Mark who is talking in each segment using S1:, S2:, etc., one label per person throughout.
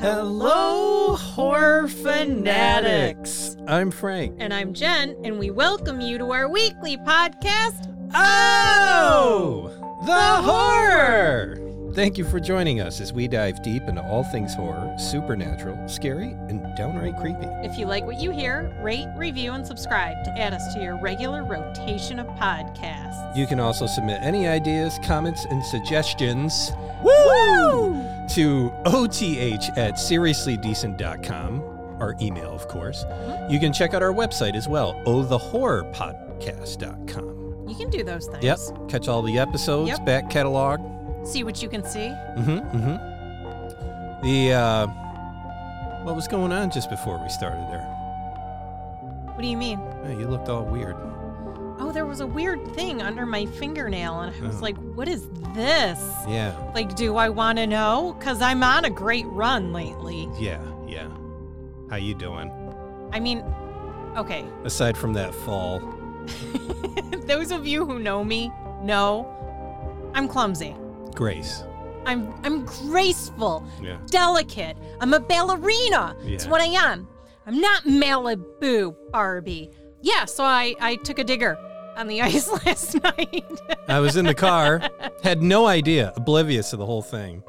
S1: Hello, horror fanatics. I'm Frank.
S2: And I'm Jen, and we welcome you to our weekly podcast.
S1: Oh, the horror! Thank you for joining us as we dive deep into all things horror, supernatural, scary, and downright creepy.
S2: If you like what you hear, rate, review, and subscribe to add us to your regular rotation of podcasts.
S1: You can also submit any ideas, comments, and suggestions to OTH at seriouslydecent.com, our email, of course. You can check out our website as well, ohthehorrorpodcast.com.
S2: You can do those things.
S1: Yep, catch all the episodes,
S2: Yep.
S1: back catalog.
S2: See what you can see.
S1: Mm-hmm, mm-hmm. The, uh, what was going on just before we started there?
S2: What do you mean?
S1: Hey, you looked all weird.
S2: Oh, there was a weird thing under my fingernail, and I was
S1: Oh.
S2: like, what is this?
S1: Yeah,
S2: Like, do I want to know? Because I'm on a great run lately.
S1: yeah, yeah. How you doing?
S2: I mean, okay.
S1: Aside from that fall.
S2: Those of you who know me know I'm clumsy.
S1: Grace.
S2: I'm I'm graceful,
S1: Yeah.
S2: delicate. I'm a ballerina. It's
S1: Yeah.
S2: what I am. I'm not Malibu Barbie. Yeah, so I, I took a digger on the ice last night.
S1: I was in the car, had no idea, oblivious to the whole thing.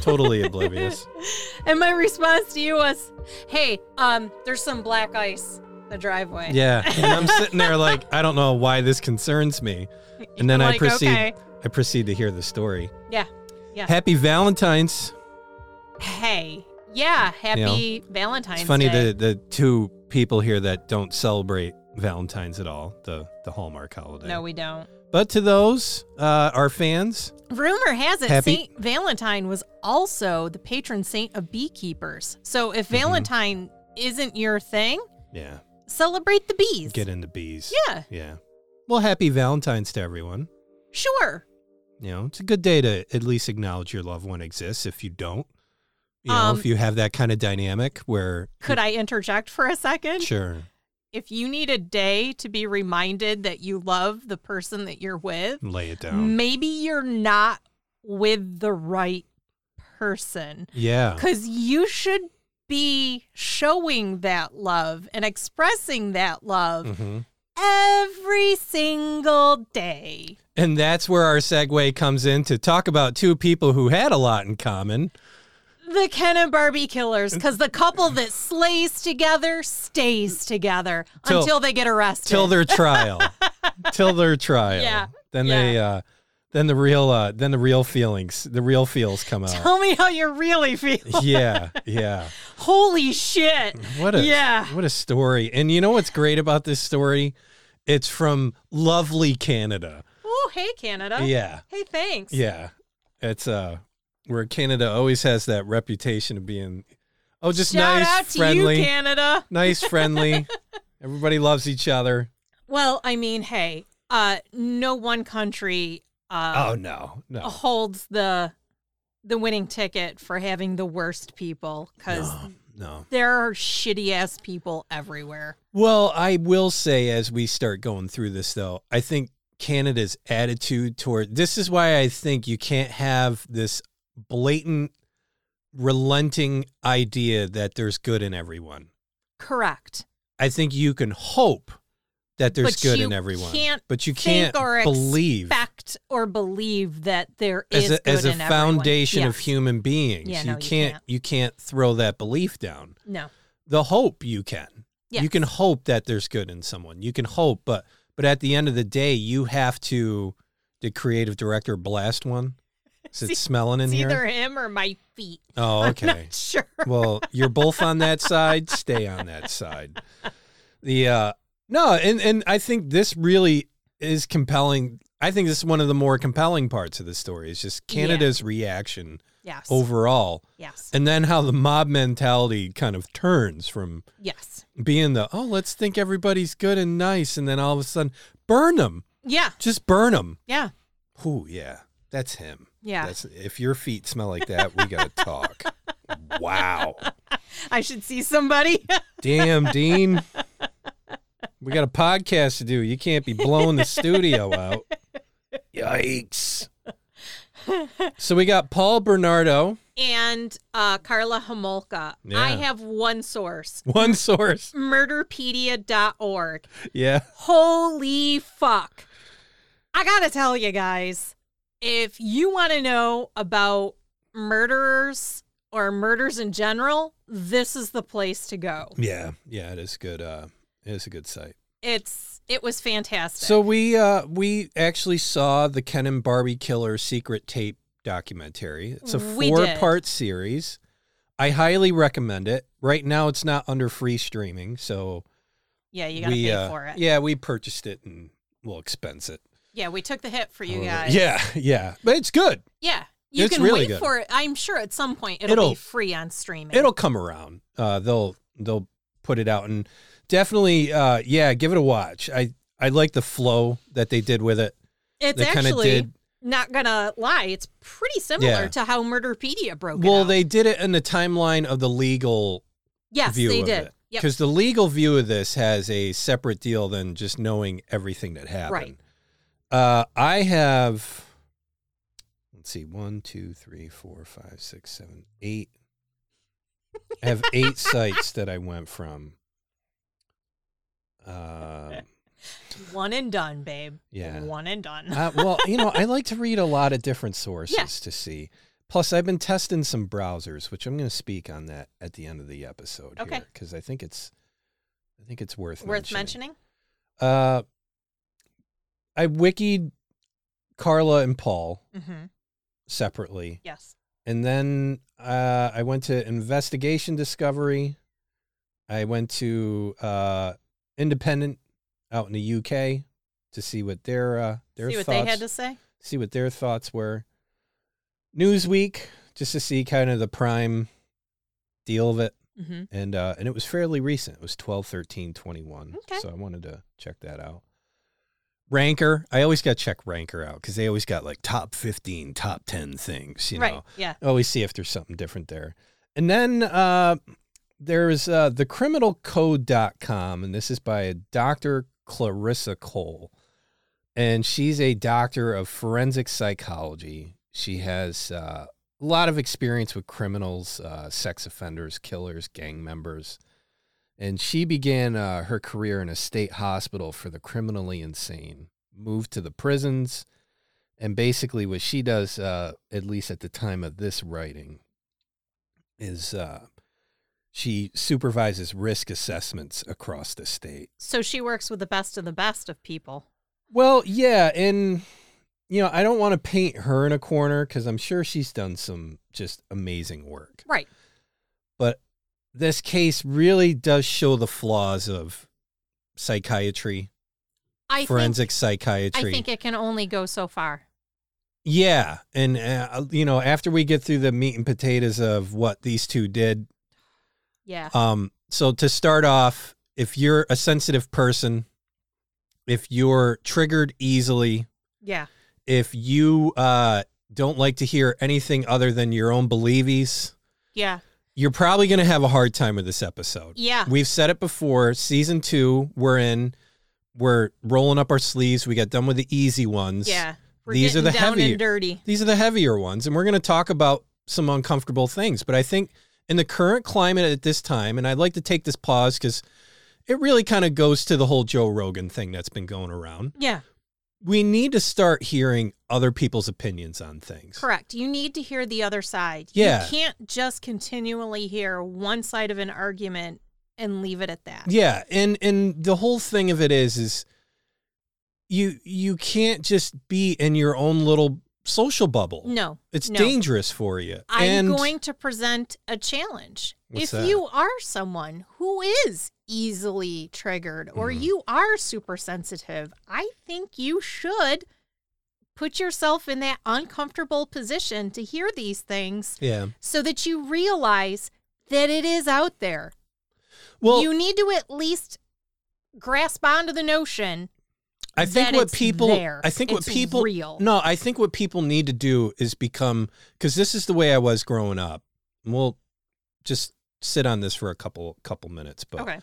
S1: Totally oblivious.
S2: and my response to you was, Hey, um, there's some black ice in the driveway.
S1: Yeah. And I'm sitting there like, I don't know why this concerns me. And then
S2: I'm
S1: I
S2: like,
S1: proceed
S2: okay.
S1: I proceed to hear the story.
S2: Yeah. Yeah.
S1: Happy Valentine's.
S2: Hey. Yeah, happy Valentine's
S1: it's funny
S2: Day.
S1: the the two people here that don't celebrate Valentine's at all, the the Hallmark holiday.
S2: No, we don't.
S1: But to those, uh, our fans,
S2: Rumor has it
S1: Happy-
S2: Saint Valentine was also the patron saint of beekeepers. So
S1: Mm-hmm.
S2: if Valentine isn't your thing,
S1: yeah,
S2: celebrate the bees.
S1: get into bees.
S2: Yeah,
S1: Yeah. Well, happy Valentine's to everyone.
S2: sure.
S1: You know, it's a good day to at least acknowledge your loved one exists. If you don't, you know,
S2: Um,
S1: if you have that kind of dynamic where,
S2: Could I interject for a second?
S1: sure,
S2: If you need a day to be reminded that you love the person that you're with,
S1: lay it down.
S2: maybe you're not with the right person.
S1: Yeah.
S2: Because you should be showing that love and expressing that love
S1: hmm
S2: every single day.
S1: And that's where our segue comes in to talk about two people who had a lot in common.
S2: The Ken and Barbie killers, because the couple that slays together stays together
S1: Till-
S2: until they get arrested.
S1: till their trial till their trial
S2: Yeah.
S1: then they uh then the real uh then the real feelings the real feels come out
S2: Tell me how you really feel.
S1: yeah yeah
S2: Holy shit.
S1: what a
S2: Yeah.
S1: what a story and you know what's great about this story it's from lovely canada
S2: Oh, hey, Canada.
S1: yeah
S2: Hey, thanks.
S1: yeah it's uh where canada always has that reputation of being oh just
S2: Shout
S1: nice
S2: out to
S1: friendly
S2: you, Canada.
S1: nice friendly everybody loves each other
S2: Well, I mean, hey, uh, no one country uh,
S1: oh no no
S2: holds the the winning ticket for having the worst people because
S1: no, Oh, no
S2: there are shitty ass people everywhere.
S1: Well, I will say as we start going through this, though, I think Canada's attitude toward this is why I think you can't have this blatant, relenting idea that there's good in everyone.
S2: Correct.
S1: I think you can hope that there's
S2: But
S1: good
S2: you
S1: in everyone,
S2: can't
S1: but you
S2: think
S1: can't
S2: or
S1: believe
S2: expect or believe that there
S1: as
S2: is
S1: a,
S2: good
S1: as a
S2: in everyone.
S1: foundation of
S2: Yes.
S1: human beings.
S2: Yeah,
S1: you
S2: no, you
S1: can't
S2: can't.
S1: you can't throw that belief down.
S2: No.
S1: the hope you can. You
S2: Yes.
S1: can hope that there's good in someone. You can hope, but but at the end of the day, you have to. Did creative director blast one? Is it
S2: It's
S1: smelling in
S2: It's
S1: here?
S2: either him or my feet.
S1: Oh,
S2: I'm
S1: okay.
S2: not sure.
S1: well, you're both on that side. Stay on that side. The uh no, and and I think this really is compelling. I think this is one of the more compelling parts of the story. Is just
S2: Yeah.
S1: Canada's reaction
S2: Yes.
S1: overall,
S2: Yes.
S1: and then how the mob mentality kind of turns from
S2: Yes.
S1: being the oh let's think everybody's good and nice and then all of a sudden burn them
S2: Yeah.
S1: just burn them
S2: Yeah.
S1: oh yeah that's him
S2: Yeah.
S1: that's if your feet smell like that we gotta talk wow
S2: I should see somebody.
S1: damn dean we got a podcast to do you can't be blowing the studio out yikes so we got paul bernardo
S2: and uh, Carla Homolka.
S1: Yeah.
S2: I have one source
S1: One source.
S2: murderpedia.org.
S1: Yeah.
S2: Holy fuck. I gotta tell you guys, if you wanna know about murderers or murders in general, this is the place to go.
S1: Yeah. Yeah. It is good. Uh, it is a good site.
S2: It's it was fantastic.
S1: So we uh we actually saw the Ken and Barbie Killer secret tape documentary. It's a
S2: We
S1: four
S2: did.
S1: part series. I highly recommend it. Right now it's not under free streaming, so
S2: yeah, you gotta
S1: we
S2: pay
S1: uh,
S2: for it. Yeah.
S1: Yeah, we purchased it and we'll expense it.
S2: we took the hit for you
S1: However-
S2: guys.
S1: Oh, Yeah, yeah. But it's good.
S2: Yeah. You
S1: It's
S2: can
S1: really
S2: wait
S1: good.
S2: for it. I'm sure at some point it'll,
S1: It'll-
S2: be free on streaming.
S1: It'll come around. Uh they'll they'll put it out and definitely uh yeah, give it a watch. I I like the flow that they did with it.
S2: it's
S1: they kinda
S2: actually
S1: did
S2: not gonna lie, it's pretty similar
S1: Yeah.
S2: to how Murderpedia broke it
S1: Well,
S2: out.
S1: they did it in the timeline of the legal
S2: yes,
S1: view
S2: they
S1: of
S2: did.
S1: it.
S2: Yep.
S1: Because the legal view of this has a separate deal than just knowing everything that happened. Right. Uh, I have, let's see, one, two, three, four, five, six, seven, eight. I have eight sites that I went from. Um,
S2: One and done, babe.
S1: Yeah.
S2: One and done.
S1: uh, well, you know, I like to read a lot of different sources
S2: Yeah.
S1: to see. Plus, I've been testing some browsers, which I'm going to speak on that at the end of the episode
S2: Okay.
S1: because I think it's, I think it's worth
S2: Worth
S1: mentioning.
S2: mentioning?
S1: Uh, I wikied Carla and Paul
S2: Mm-hmm.
S1: separately,
S2: Yes.
S1: and then uh, I went to Investigation Discovery. I went to uh, Independent out in the UK to see what their uh, their
S2: See what
S1: thoughts
S2: they had to say?
S1: see what their thoughts were. Newsweek just to see kind of the prime deal of it
S2: Mm-hmm.
S1: and uh and it was fairly recent it was 12 13 21
S2: Okay.
S1: so i wanted to check that out ranker i always got to check ranker out because they always got like top 15 top 10 things you
S2: right.
S1: know
S2: Yeah.
S1: always see if there's something different there and then uh there's uh thecriminalcode.com and this is by a dr clarissa cole and she's a doctor of forensic psychology she has uh a lot of experience with criminals, uh, sex offenders, killers, gang members. And she began uh, her career in a state hospital for the criminally insane, moved to the prisons. And basically, what she does, uh, at least at the time of this writing, is uh, she supervises risk assessments across the state.
S2: So she works with the best of the best of people.
S1: Well, yeah, and you know, I don't want to paint her in a corner because I'm sure she's done some just amazing work.
S2: Right.
S1: But this case really does show the flaws of psychiatry,
S2: I
S1: forensic
S2: think
S1: psychiatry.
S2: I think it can only go so far.
S1: yeah, and uh, you know, after we get through the meat and potatoes of what these two did,
S2: Yeah.
S1: Um, so to start off, if you're a sensitive person, if you're triggered easily,
S2: yeah.
S1: if you uh, don't like to hear anything other than your own believies,
S2: Yeah.
S1: you're probably going to have a hard time with this episode.
S2: Yeah.
S1: We've said it before. Season two, we're in. We're rolling up our sleeves. We got done with the easy ones.
S2: Yeah. We're
S1: These are
S2: getting
S1: the
S2: down
S1: heavier-
S2: and dirty.
S1: These are the heavier ones. And we're going to talk about some uncomfortable things. But I think in the current climate at this time, and I'd like to take this pause because it really kind of goes to the whole Joe Rogan thing that's been going around.
S2: Yeah.
S1: We need to start hearing other people's opinions on things.
S2: Correct. You need to hear the other side.
S1: Yeah.
S2: You can't just continually hear one side of an argument and leave it at that.
S1: Yeah, and and the whole thing of it is is you you can't just be in your own little social bubble.
S2: No.
S1: it's
S2: no.
S1: dangerous for you.
S2: I'm
S1: and
S2: going to present a challenge.
S1: What's
S2: if
S1: that?
S2: you are someone who is easily triggered or
S1: Mhm.
S2: you are super sensitive, I think you should put yourself in that uncomfortable position to hear these things
S1: yeah,
S2: so that you realize that it is out there.
S1: well,
S2: you need to at least grasp onto the notion
S1: I think
S2: that
S1: what
S2: it's
S1: people,
S2: there.
S1: I think what
S2: It's
S1: people,
S2: real.
S1: no, I think what people need to do is become because this is the way I was growing up. And we'll just sit on this for a couple couple minutes, but
S2: Okay.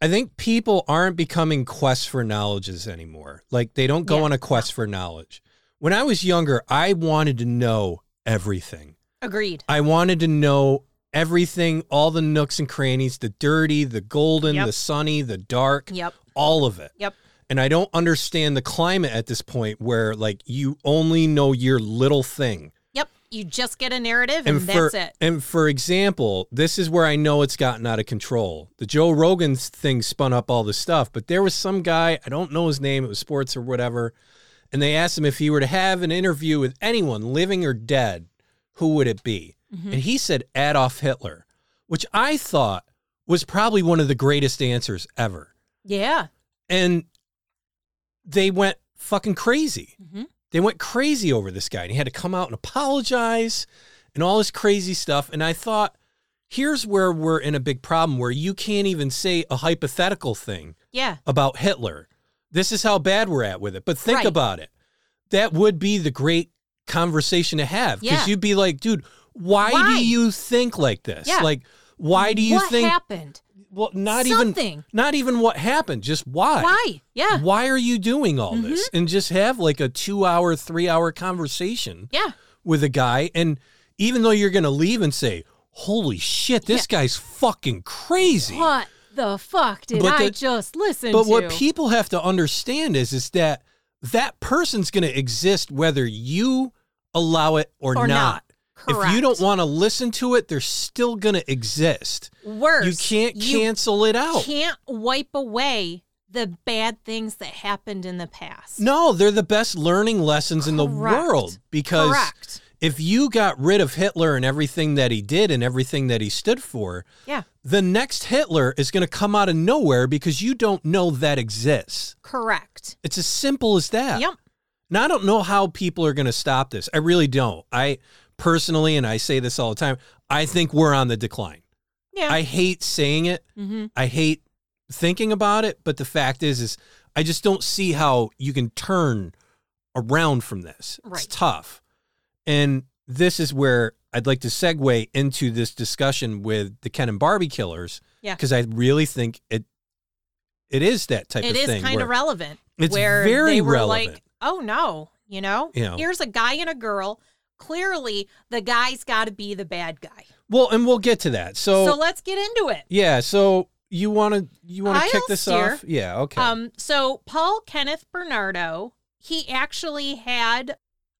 S1: I think people aren't becoming quests for knowledges anymore. Like they don't go
S2: Yeah.
S1: on a quest for knowledge. When I was younger, I wanted to know everything.
S2: Agreed.
S1: I wanted to know everything, all the nooks and crannies, the dirty, the golden,
S2: Yep.
S1: the sunny, the dark,
S2: Yep.
S1: all of it.
S2: Yep.
S1: And I don't understand the climate at this point where like you only know your little thing.
S2: Yep. You just get a narrative and,
S1: And for
S2: that's it.
S1: and for example, this is where I know it's gotten out of control. The Joe Rogan thing spun up all this stuff, but there was some guy, I don't know his name, it was sports or whatever, and they asked him if he were to have an interview with anyone living or dead, who would it be?
S2: Mm-hmm.
S1: And he said Adolf Hitler, which I thought was probably one of the greatest answers ever
S2: Yeah.
S1: and they went fucking crazy.
S2: Mhm.
S1: They went crazy over this guy, and he had to come out and apologize and all this crazy stuff. And I thought, here's where we're in a big problem where you can't even say a hypothetical thing
S2: Yeah.
S1: about Hitler. This is how bad we're at with it. But think
S2: Right.
S1: about it. That would be the great conversation to have because
S2: Yeah.
S1: you'd be like, dude, why,
S2: Why?
S1: do you think like this?
S2: Yeah.
S1: Like, why do you
S2: what
S1: think?
S2: happened?
S1: well, not even
S2: Something.
S1: not even what happened. Just
S2: Why? Yeah. Mm-hmm.
S1: why are you doing all this and just have like a two hour three hour conversation
S2: Yeah.
S1: with a guy and even though you're gonna leave and say holy shit this guy's fucking crazy
S2: What the fuck did
S1: But
S2: I
S1: the-
S2: just listen
S1: but
S2: to?
S1: what people have to understand is is that that person's gonna exist whether you allow it or,
S2: Or not.
S1: if you don't
S2: Correct.
S1: want to listen to it they're still gonna exist
S2: Worse.
S1: you can't
S2: you
S1: cancel it out
S2: can't wipe away the bad things that happened in the past.
S1: no they're the best learning lessons in the
S2: Correct.
S1: world because
S2: Correct.
S1: if you got rid of Hitler and everything that he did and everything that he stood for,
S2: Yeah.
S1: the next Hitler is going to come out of nowhere because you don't know that exists.
S2: Correct.
S1: It's as simple as that.
S2: Yep.
S1: Now, I don't know how people are going to stop this. I really don't. I personally, and I say this all the time, I think we're on the decline.
S2: Yeah.
S1: I hate saying it.
S2: mm-hmm.
S1: I hate thinking about it, but the fact is, is I just don't see how you can turn around from this. It's
S2: Right.
S1: tough, and this is where I'd like to segue into this discussion with the Ken and Barbie killers.
S2: Yeah.
S1: because I really think it it is that type
S2: It
S1: of
S2: is
S1: thing.
S2: kind
S1: where-
S2: of relevant.
S1: It's
S2: where
S1: very
S2: they were
S1: relevant.
S2: like, oh no, you know,
S1: Yeah.
S2: here's a guy and a girl. Clearly, the guy's got to be the bad guy.
S1: well, and we'll get to that. So,
S2: so let's get into it.
S1: yeah, so you want to you want to
S2: I'll
S1: kick this
S2: steer.
S1: off? Yeah, okay.
S2: Um, so Paul Kenneth Bernardo, he actually had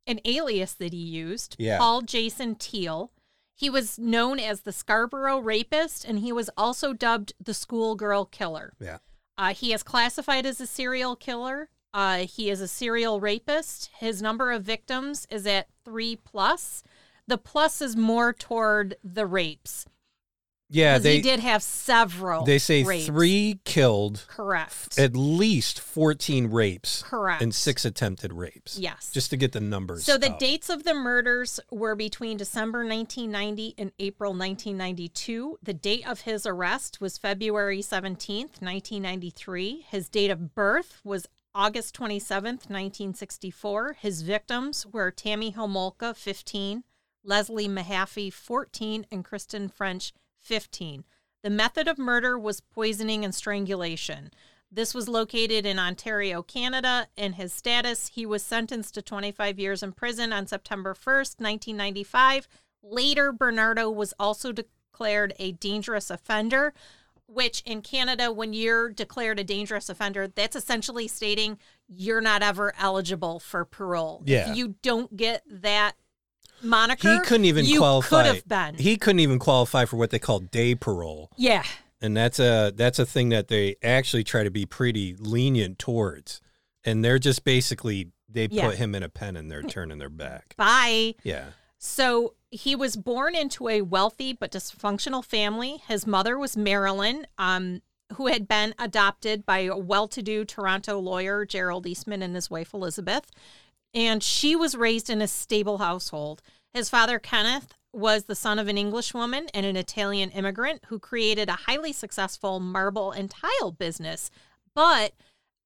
S2: an alias that he used,
S1: Yeah.
S2: Paul Jason Teal. He was known as the Scarborough Rapist, and he was also dubbed the Schoolgirl Killer.
S1: Yeah.
S2: Uh, he is classified as a serial killer. Uh, he is a serial rapist. His number of victims is at three plus. The plus is more toward the rapes.
S1: yeah,
S2: 'cause
S1: they
S2: he did have several.
S1: they say
S2: rapes.
S1: three killed,
S2: Correct.
S1: at least fourteen rapes.
S2: Correct.
S1: and six attempted rapes.
S2: Yes.
S1: Just to get the numbers.
S2: So the
S1: up.
S2: dates of the murders were between December 1990 and April 1992. The date of his arrest was February 17th, 1993. His date of birth was August 27th, 1964. His victims were Tammy Homolka, 15, Leslie Mahaffey, 14, and Kristen French, 15. The method of murder was poisoning and strangulation. This was located in Ontario, Canada. In his status, he was sentenced to 25 years in prison on September 1st, 1995. Later, Bernardo was also declared a dangerous offender, which in Canada, when you're declared a dangerous offender, that's essentially stating you're not ever eligible for parole.
S1: Yeah.
S2: If you don't get that moniker,
S1: he couldn't even
S2: you
S1: qualify.
S2: Could have been.
S1: He couldn't even qualify for what they call day parole,
S2: yeah.
S1: and that's a that's a thing that they actually try to be pretty lenient towards. And they're just basically they
S2: Yeah.
S1: put him in a pen and they're turning their back.
S2: Bye.
S1: Yeah.
S2: So he was born into a wealthy but dysfunctional family. His mother was Marilyn, um, who had been adopted by a well to do Toronto lawyer, Gerald Eastman, and his wife, Elizabeth. And she was raised in a stable household. His father, Kenneth, was the son of an Englishwoman and an Italian immigrant who created a highly successful marble and tile business. But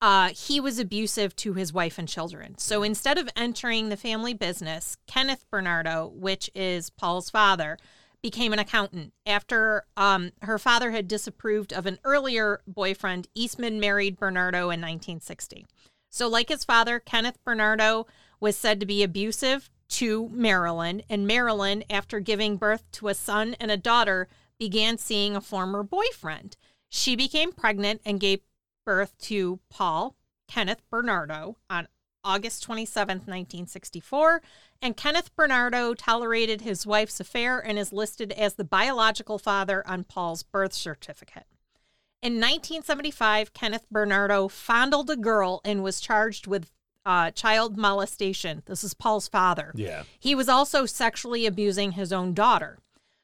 S2: uh, he was abusive to his wife and children. So instead of entering the family business, Kenneth Bernardo, which is Paul's father, became an accountant. After um, her father had disapproved of an earlier boyfriend, Eastman married Bernardo in 1960. So, like his father, Kenneth Bernardo was said to be abusive to Marilyn, and Marilyn, after giving birth to a son and a daughter, began seeing a former boyfriend. She became pregnant and gave birth to Paul Kenneth Bernardo on August 27, 1964. And Kenneth Bernardo tolerated his wife's affair and is listed as the biological father on Paul's birth certificate. In 1975, Kenneth Bernardo fondled a girl and was charged with uh, child molestation. This is Paul's father.
S1: Yeah.
S2: He was also sexually abusing his own daughter.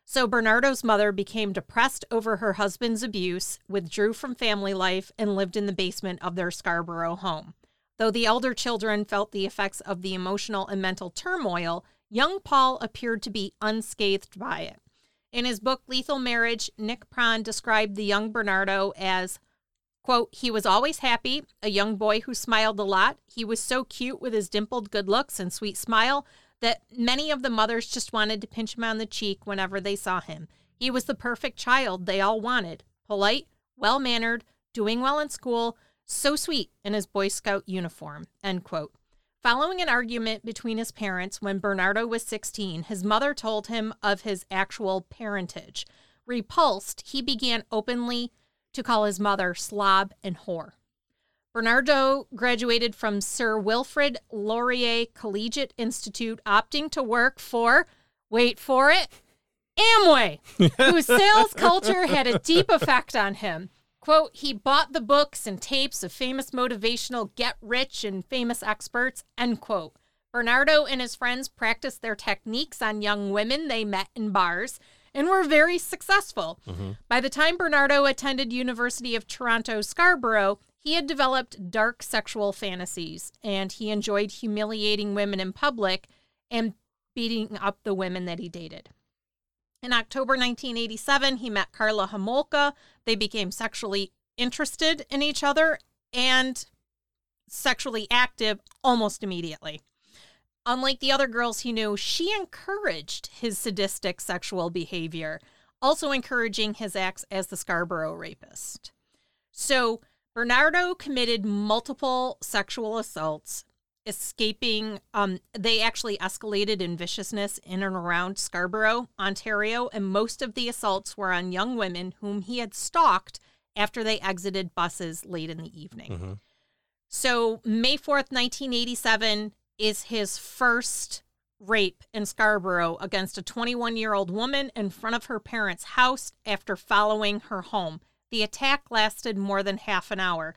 S2: So Bernardo's mother became depressed over her husband's abuse, withdrew from family life, and lived in the basement of their Scarborough home. Though the elder children felt the effects of the emotional and mental turmoil, young Paul appeared to be unscathed by it. In his book Lethal Marriage, Nick Pran described the young Bernardo as Quote, he was always happy, a young boy who smiled a lot. He was so cute with his dimpled good looks and sweet smile that many of the mothers just wanted to pinch him on the cheek whenever they saw him. He was the perfect child they all wanted polite, well mannered, doing well in school, so sweet in his Boy Scout uniform. End quote. Following an argument between his parents when Bernardo was 16, his mother told him of his actual parentage. Repulsed, he began openly to call his mother slob and whore. Bernardo graduated from Sir Wilfrid Laurier Collegiate Institute, opting to work for, wait for it, Amway, whose sales culture had a deep effect on him. Quote, he bought the books and tapes of famous motivational get rich and famous experts, end quote. Bernardo and his friends practiced their techniques on young women they met in bars and were very successful. By the time Bernardo attended University of Toronto Scarborough, he had developed dark sexual fantasies and he enjoyed humiliating women in public and beating up the women that he dated. In October 1987, he met Carla Homolka. They became sexually interested in each other and sexually active almost immediately. Unlike the other girls he knew, she encouraged his sadistic sexual behavior, also encouraging his acts as the Scarborough rapist. So, Bernardo committed multiple sexual assaults, escaping. Um, they actually escalated in viciousness in and around Scarborough, Ontario, and most of the assaults were on young women whom he had stalked after they exited buses late in the evening.
S1: Mhm.
S2: So, May 4th, 1987 is his first rape in Scarborough against a 21 year old woman in front of her parents' house after following her home. The attack lasted more than half an hour.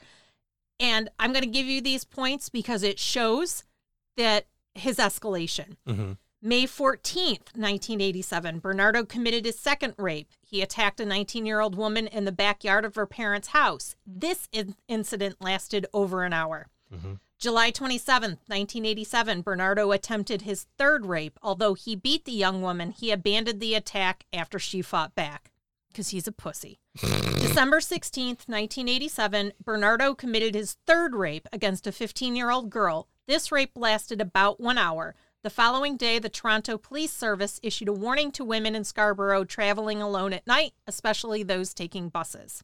S2: And I'm going to give you these points because it shows that his escalation.
S1: Mm-hmm.
S2: May 14th, 1987, Bernardo committed his second rape. He attacked a 19 year old woman in the backyard of her parents' house. This in- incident lasted over an hour.
S1: Mhm.
S2: July 27th, 1987, Bernardo attempted his third rape. Although he beat the young woman, he abandoned the attack after she fought back because he's a pussy. December 16th, 1987, Bernardo committed his third rape against a 15 year old girl. This rape lasted about one hour. The following day, the Toronto Police Service issued a warning to women in Scarborough traveling alone at night, especially those taking buses.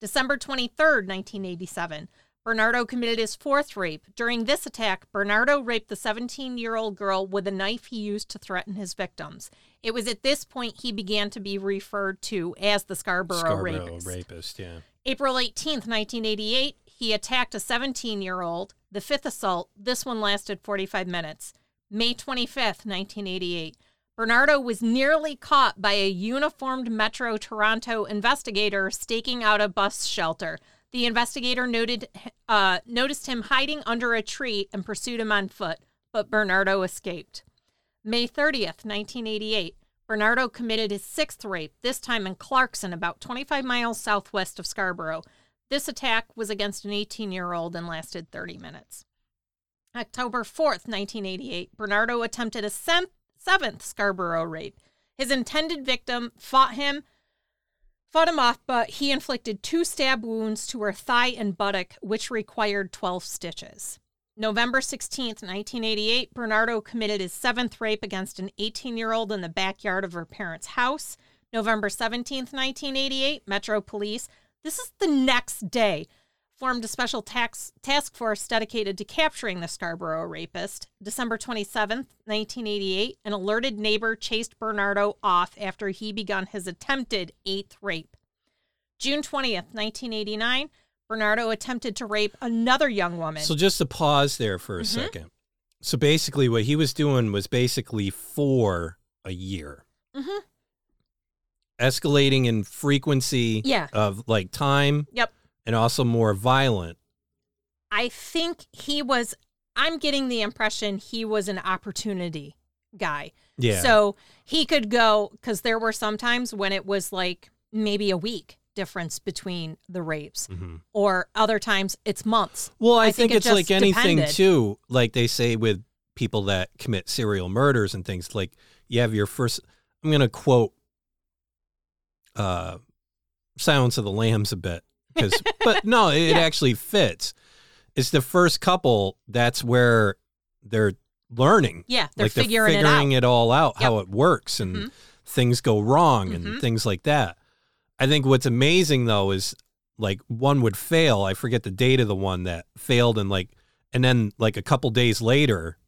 S2: December 23rd, 1987, Bernardo committed his fourth rape. During this attack, Bernardo raped the 17 year old girl with a knife he used to threaten his victims. It was at this point he began to be referred to as the Scarborough,
S1: Scarborough
S2: rapist.
S1: rapist. Yeah.
S2: April 18th, 1988, he attacked a 17 year old. The fifth assault, this one lasted 45 minutes. May 25th, 1988, Bernardo was nearly caught by a uniformed Metro Toronto investigator staking out a bus shelter. The investigator noted, uh, noticed him hiding under a tree and pursued him on foot, but Bernardo escaped. May 30th, 1988, Bernardo committed his sixth rape, this time in Clarkson, about 25 miles southwest of Scarborough. This attack was against an 18 year old and lasted 30 minutes. October 4th, 1988, Bernardo attempted a sem- seventh Scarborough rape. His intended victim fought him, fought him off, but he inflicted two stab wounds to her thigh and buttock, which required 12 stitches. November 16th, 1988, Bernardo committed his seventh rape against an 18 year old in the backyard of her parents' house. November 17th, 1988, Metro Police. This is the next day. formed a special tax, task force dedicated to capturing the Scarborough rapist. December 27th, 1988, an alerted neighbor chased Bernardo off after he begun his attempted eighth rape. June 20th, 1989, Bernardo attempted to rape another young woman.
S1: So just to pause there for a
S2: Mhm.
S1: second. So basically, what he was doing was basically for a year,
S2: Mhm.
S1: escalating in frequency
S2: Yeah.
S1: of like time
S2: Yep.
S1: and also more violent.
S2: I think he was, I'm getting the impression he was an opportunity guy.
S1: Yeah.
S2: So he could go because there were some times when it was like maybe a week difference between the rapes,
S1: Mhm.
S2: or other times it's months.
S1: well, I,
S2: I
S1: think,
S2: think it
S1: it's like
S2: just
S1: anything
S2: depended.
S1: too. Like they say with people that commit serial murders and things like you have your first. I'm gonna quote uh, Silence of the Lambs a bit because, but no, it, it
S2: Yeah.
S1: actually fits. It's the first couple. That's where they're learning.
S2: Yeah, they're
S1: like
S2: figuring,
S1: they're figuring
S2: it out.
S1: it, all out,
S2: Yep.
S1: how it works, and
S2: Mhm.
S1: things go wrong and
S2: Mhm.
S1: things like that. I think what's amazing though is like one would fail. I forget the date of the one that failed, and like, and then like a couple days later,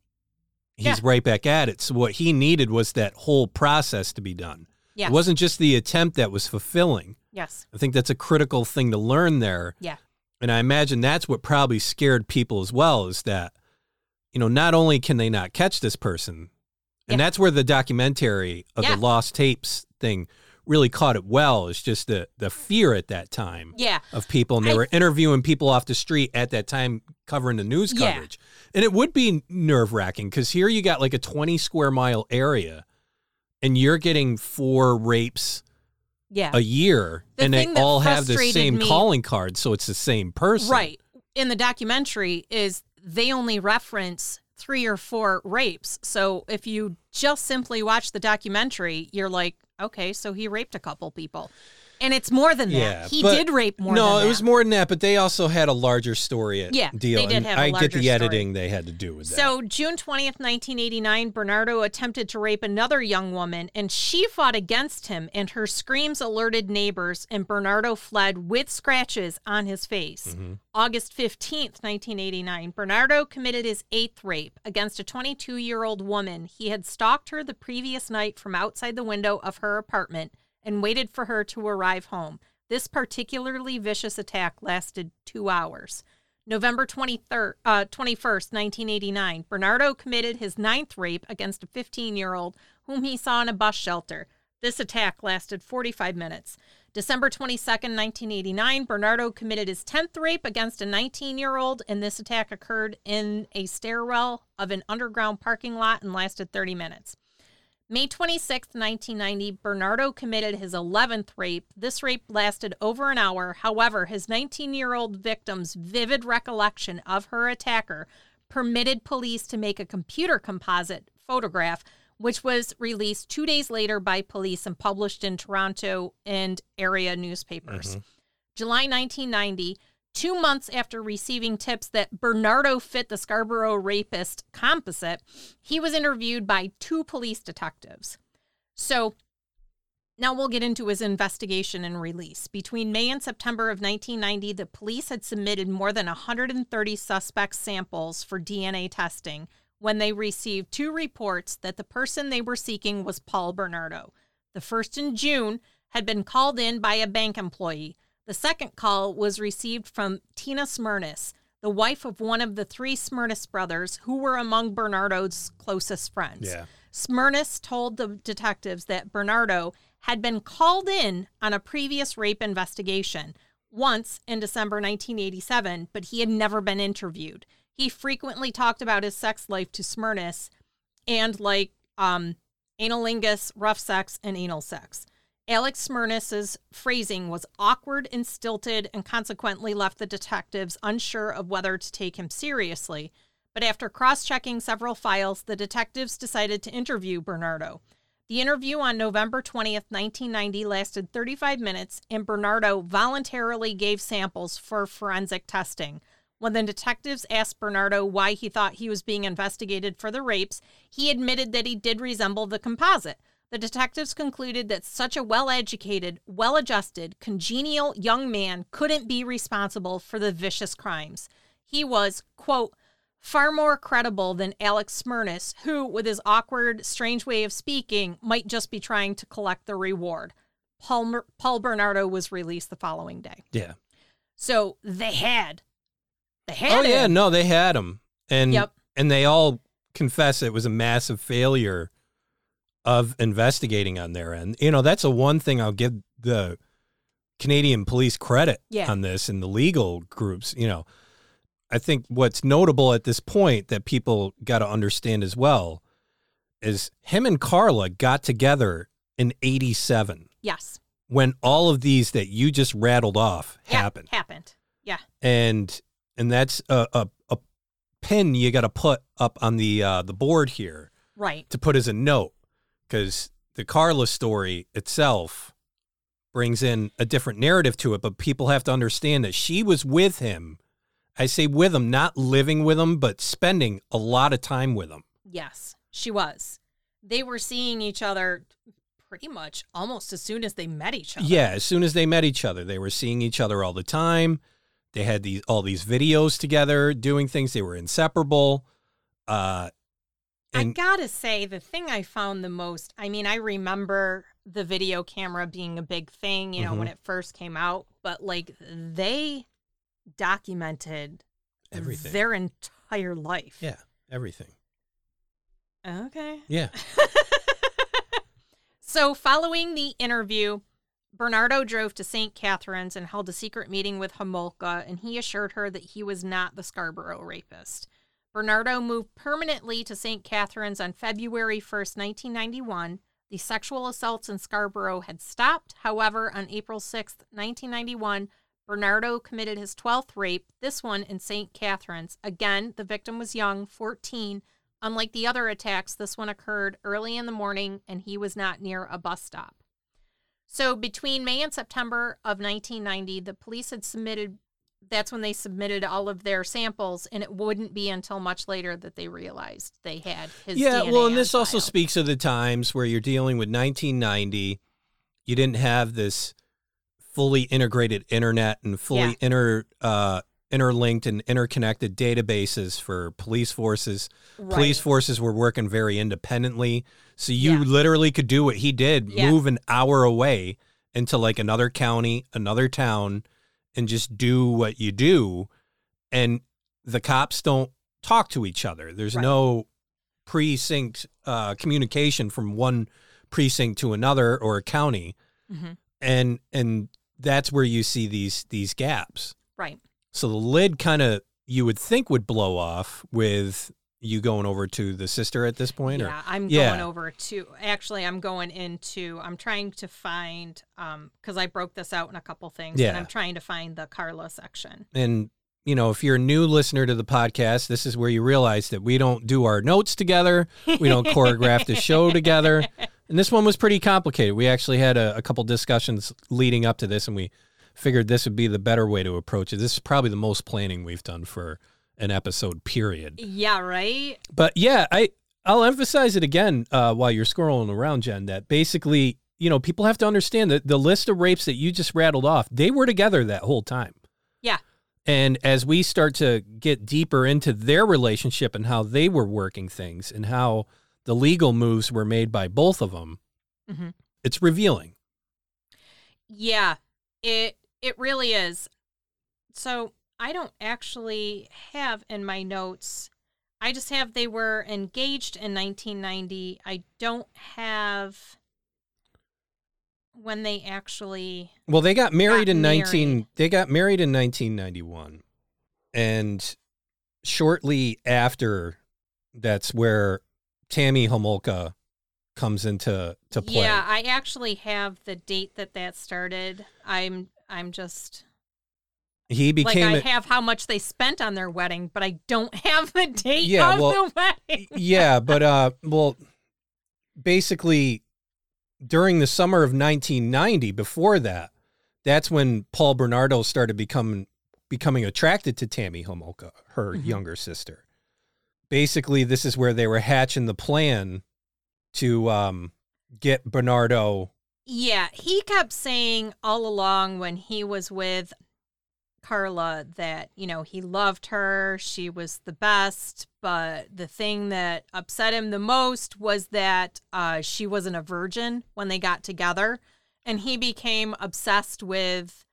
S1: he's
S2: Yeah.
S1: right back at it. So what he needed was that whole process to be done.
S2: Yes.
S1: It wasn't just the attempt that was fulfilling.
S2: Yes.
S1: I think that's a critical thing to learn there.
S2: Yeah.
S1: And I imagine that's what probably scared people as well is that, you know, not only can they not catch this person, and
S2: Yeah.
S1: that's where the documentary of
S2: Yeah.
S1: the lost tapes thing really caught it well, is just the, the fear at that time
S2: Yeah.
S1: of people. And they
S2: I-
S1: were interviewing people off the street at that time covering the news
S2: Yeah.
S1: coverage. And it would be nerve wracking because here you got like a 20 square mile area and you're getting four rapes
S2: Yeah.
S1: a year
S2: The
S1: and they
S2: thing that
S1: all have the
S2: frustrated
S1: same
S2: me-
S1: calling card so it's the same person
S2: Right. In the documentary is they only reference three or four rapes. So if you just simply watch the documentary, you're like, okay, so he raped a couple people. And it's more than that.
S1: Yeah,
S2: he
S1: but-
S2: did rape more
S1: no
S2: than
S1: it was
S2: that.
S1: more than that but they also had a larger story at
S2: Yeah,
S1: deal
S2: they did
S1: and
S2: have a
S1: I get
S2: larger
S1: the
S2: story.
S1: editing they had to do with that
S2: So, June 20th, 1989, Bernardo attempted to rape another young woman, and she fought against him, and her screams alerted neighbors, and Bernardo fled with scratches on his face.
S1: Mm-hmm.
S2: August 15th, 1989, Bernardo committed his eighth rape against a 22 year old woman. He had stalked her the previous night from outside the window of her apartment and waited for her to arrive home. This particularly vicious attack lasted two hours. November 23rd, uh, 21st, 1989, Bernardo committed his ninth rape against a 15 year old whom he saw in a bus shelter. This attack lasted 45 minutes. December 22nd, 1989, Bernardo committed his 10th rape against a 19 year old, and this attack occurred in a stairwell of an underground parking lot and lasted 30 minutes. May 26, 1990, Bernardo committed his 11th rape. This rape lasted over an hour. However, his 19 year old victim's vivid recollection of her attacker permitted police to make a computer composite photograph, which was released two days later by police and published in Toronto and area newspapers. July 1990, two months after receiving tips that Bernardo fit the Scarborough rapist composite, he was interviewed by two police detectives. So now we'll get into his investigation and release. Between May and September of 1990, the police had submitted more than 130 suspect samples for DNA testing when they received two reports that the person they were seeking was Paul Bernardo. The first in June had been called in by a bank employee. The second call was received from Tina Smyrnis, the wife of one of the three Smyrnis brothers who were among Bernardo's closest friends.
S1: yeah
S2: Smyrnis told the detectives that Bernardo had been called in on a previous rape investigation once in December 1987, but he had never been interviewed. He frequently talked about his sex life to Smyrnis and like um, analingus, rough sex, and anal sex. Alex Smyrnis's phrasing was awkward and stilted and consequently left the detectives unsure of whether to take him seriously. But after cross checking several files, the detectives decided to interview Bernardo. The interview on November 20th, 1990, lasted 35 minutes, and Bernardo voluntarily gave samples for forensic testing. When the detectives asked Bernardo why he thought he was being investigated for the rapes, he admitted that he did resemble the composite, The detectives concluded that such a well educated, well adjusted, congenial young man couldn't be responsible for the vicious crimes. He was, quote, far more credible than Alex Smyrnis, who, with his awkward, strange way of speaking, might just be trying to collect the reward. Paul, Mer- Paul Bernardo was released the following day.
S1: Yeah.
S2: So they had. They had.
S1: Oh yeah,
S2: him.
S1: no, they had him, and
S2: Yep.
S1: and they all confess it was a massive failure of investigating on their end. You know, that's the one thing I'll give the Canadian police credit
S2: Yeah.
S1: on this and the legal groups. You know, I think what's notable at this point that people got to understand as well is him and Carla got together in '87
S2: Yes.
S1: when all of these that you just rattled off
S2: Yeah,
S1: happened
S2: Happened. Yeah.
S1: and and that's a a, a pin you got to put up on the uh, the board here
S2: Right.
S1: to put as a note because the Carla story itself brings in a different narrative to it, but people have to understand that she was with him. I say with him, not living with him, but spending a lot of time with him.
S2: Yes, she was. They were seeing each other pretty much almost as soon as they met each other.
S1: Yeah, as soon as they met each other, they were seeing each other all the time. They had these all these videos together, doing things. They were inseparable. Uh,
S2: I
S1: and
S2: gotta say, the thing I found the most, I mean, I remember the video camera being a big thing, you know,
S1: Mm-hmm.
S2: when it first came out, but like they documented
S1: everything.
S2: their entire life.
S1: Yeah, everything.
S2: Okay.
S1: Yeah.
S2: So, following the interview, Bernardo drove to St. Catherine's and held a secret meeting with Homolka, and he assured her that he was not the Scarborough rapist. Bernardo moved permanently to St. Catherine's on February 1st, 1991. The sexual assaults in Scarborough had stopped. However, on April 6th, 1991, Bernardo committed his 12th rape, this one in St. Catherine's. Again, the victim was young, 14. Unlike the other attacks, this one occurred early in the morning and he was not near a bus stop. So between May and September of 1990, the police had submitted that's when they submitted all of their samples and it wouldn't be until much later that they realized they had his
S1: yeah.
S2: DNA
S1: Well, and
S2: on
S1: this also
S2: file.
S1: speaks of the times where you're dealing with 1990. You didn't have this fully integrated internet and fully
S2: Yeah.
S1: inter uh, interlinked and interconnected databases for police forces. Police
S2: Right.
S1: forces were working very independently, so you
S2: Yeah.
S1: literally could do what he did:
S2: Yeah.
S1: move an hour away into like another county, another town, and just do what you do. And the cops don't talk to each other. There's
S2: Right.
S1: no precinct uh, communication from one precinct to another or a county,
S2: Mhm.
S1: and and that's where you see these these gaps.
S2: Right.
S1: So the lid kind of you would think would blow off with you going over to the sister at this point, or
S2: Yeah, I'm
S1: Yeah.
S2: going over to actually I'm going into I'm trying to find um because I broke this out in a couple things and
S1: Yeah.
S2: I'm trying to find the Carla section.
S1: and you know if you're a new listener to the podcast, this is where you realize that we don't do our notes together, we don't choreograph the show together, and this one was pretty complicated. We actually had a, a couple discussions leading up to this, and we figured this would be the better way to approach it. This is probably the most planning we've done for an episode period.
S2: Yeah, right?
S1: But yeah, I I'll emphasize it again uh, while you're scrolling around, Jen. That basically, you know, people have to understand that the list of rapes that you just rattled off, they were together that whole time.
S2: Yeah.
S1: And as we start to get deeper into their relationship and how they were working things and how the legal moves were made by both of them,
S2: Mhm.
S1: it's revealing.
S2: Yeah. It it really is. So I don't actually have in my notes I just have they were engaged in 1990. I don't have when they actually
S1: Well, they got married in
S2: married.
S1: 19 they got married in 1991. And shortly after that's where Tammy Homolka comes into to play.
S2: Yeah, I actually have the date that that started. I'm I'm just
S1: he
S2: like
S1: became
S2: I
S1: a-
S2: have how much they spent on their wedding, but I don't have the date
S1: Yeah,
S2: of
S1: well,
S2: the wedding.
S1: yeah, but uh well basically during the summer of 1990 before that that's when Paul Bernardo started becoming becoming attracted to Tammy Homolka, her
S2: Mhm.
S1: younger sister. Basically, this is where they were hatching the plan to um get Bernardo.
S2: Yeah, he kept saying all along when he was with Carla that, you know, he loved her, she was the best, but the thing that upset him the most was that uh, she wasn't a virgin when they got together. And he became obsessed with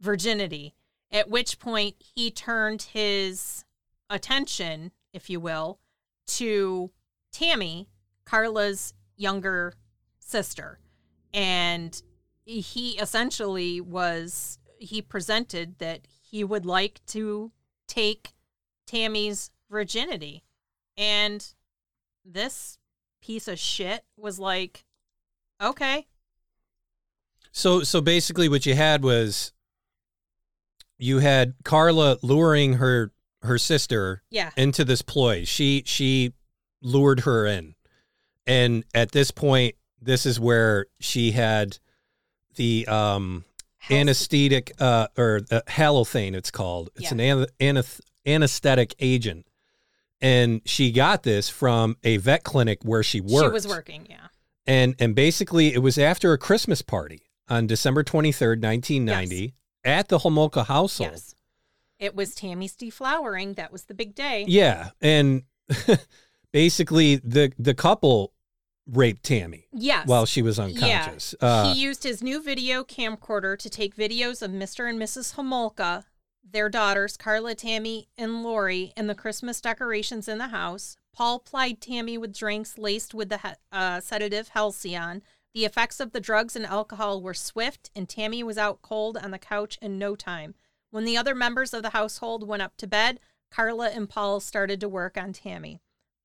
S2: virginity, at which point he turned his attention, if you will, to Tammy, Carla's younger sister. And he essentially was, he presented that he would like to take Tammy's virginity. And this piece of shit was like, okay,
S1: So so basically what you had was you had Carla luring her her sister
S2: yeah,
S1: into this ploy. She she lured her in. And at this point this is where she had the um anesthetic uh or uh, halothane it's called. It's
S2: Yeah.
S1: an an anath- anesthetic agent. And she got this from a vet clinic where she worked
S2: she was working, yeah.
S1: and and basically it was after a Christmas party on December 23rd, 1990 at the Homolka household.
S2: Yes. It was Tammy's deflowering. That was the big day.
S1: Yeah, and basically the the couple raped Tammy
S2: Yes.
S1: while she was unconscious. Uh,
S2: he used his new video camcorder to take videos of Mr. and Mrs. Homolka, their daughters, Carla, Tammy, and Lori, and the Christmas decorations in the house. Paul plied Tammy with drinks laced with the he- uh, sedative Halcyon. The effects of the drugs and alcohol were swift, and Tammy was out cold on the couch in no time. When the other members of the household went up to bed, Carla and Paul started to work on Tammy.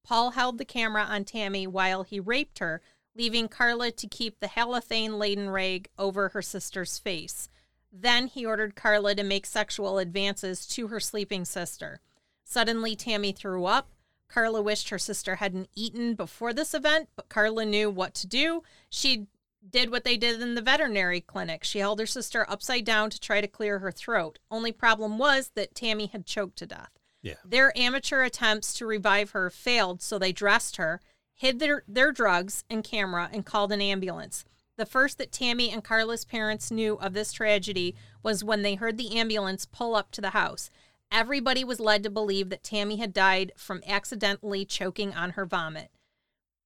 S2: Paul held the camera on Tammy while he raped her, leaving Carla to keep the halothane laden rag over her sister's face. Then he ordered Carla to make sexual advances to her sleeping sister. Suddenly, Tammy threw up. Carla wished her sister hadn't eaten before this event, but Carla knew what to do. She did what they did in the veterinary clinic. She held her sister upside down to try to clear her throat. Only problem was that Tammy had choked to death.
S1: Yeah.
S2: Their amateur attempts to revive her failed, so they dressed her, hid their, their drugs and camera, and called an ambulance. The first that Tammy and Carla's parents knew of this tragedy was when they heard the ambulance pull up to the house. Everybody was led to believe that Tammy had died from accidentally choking on her vomit.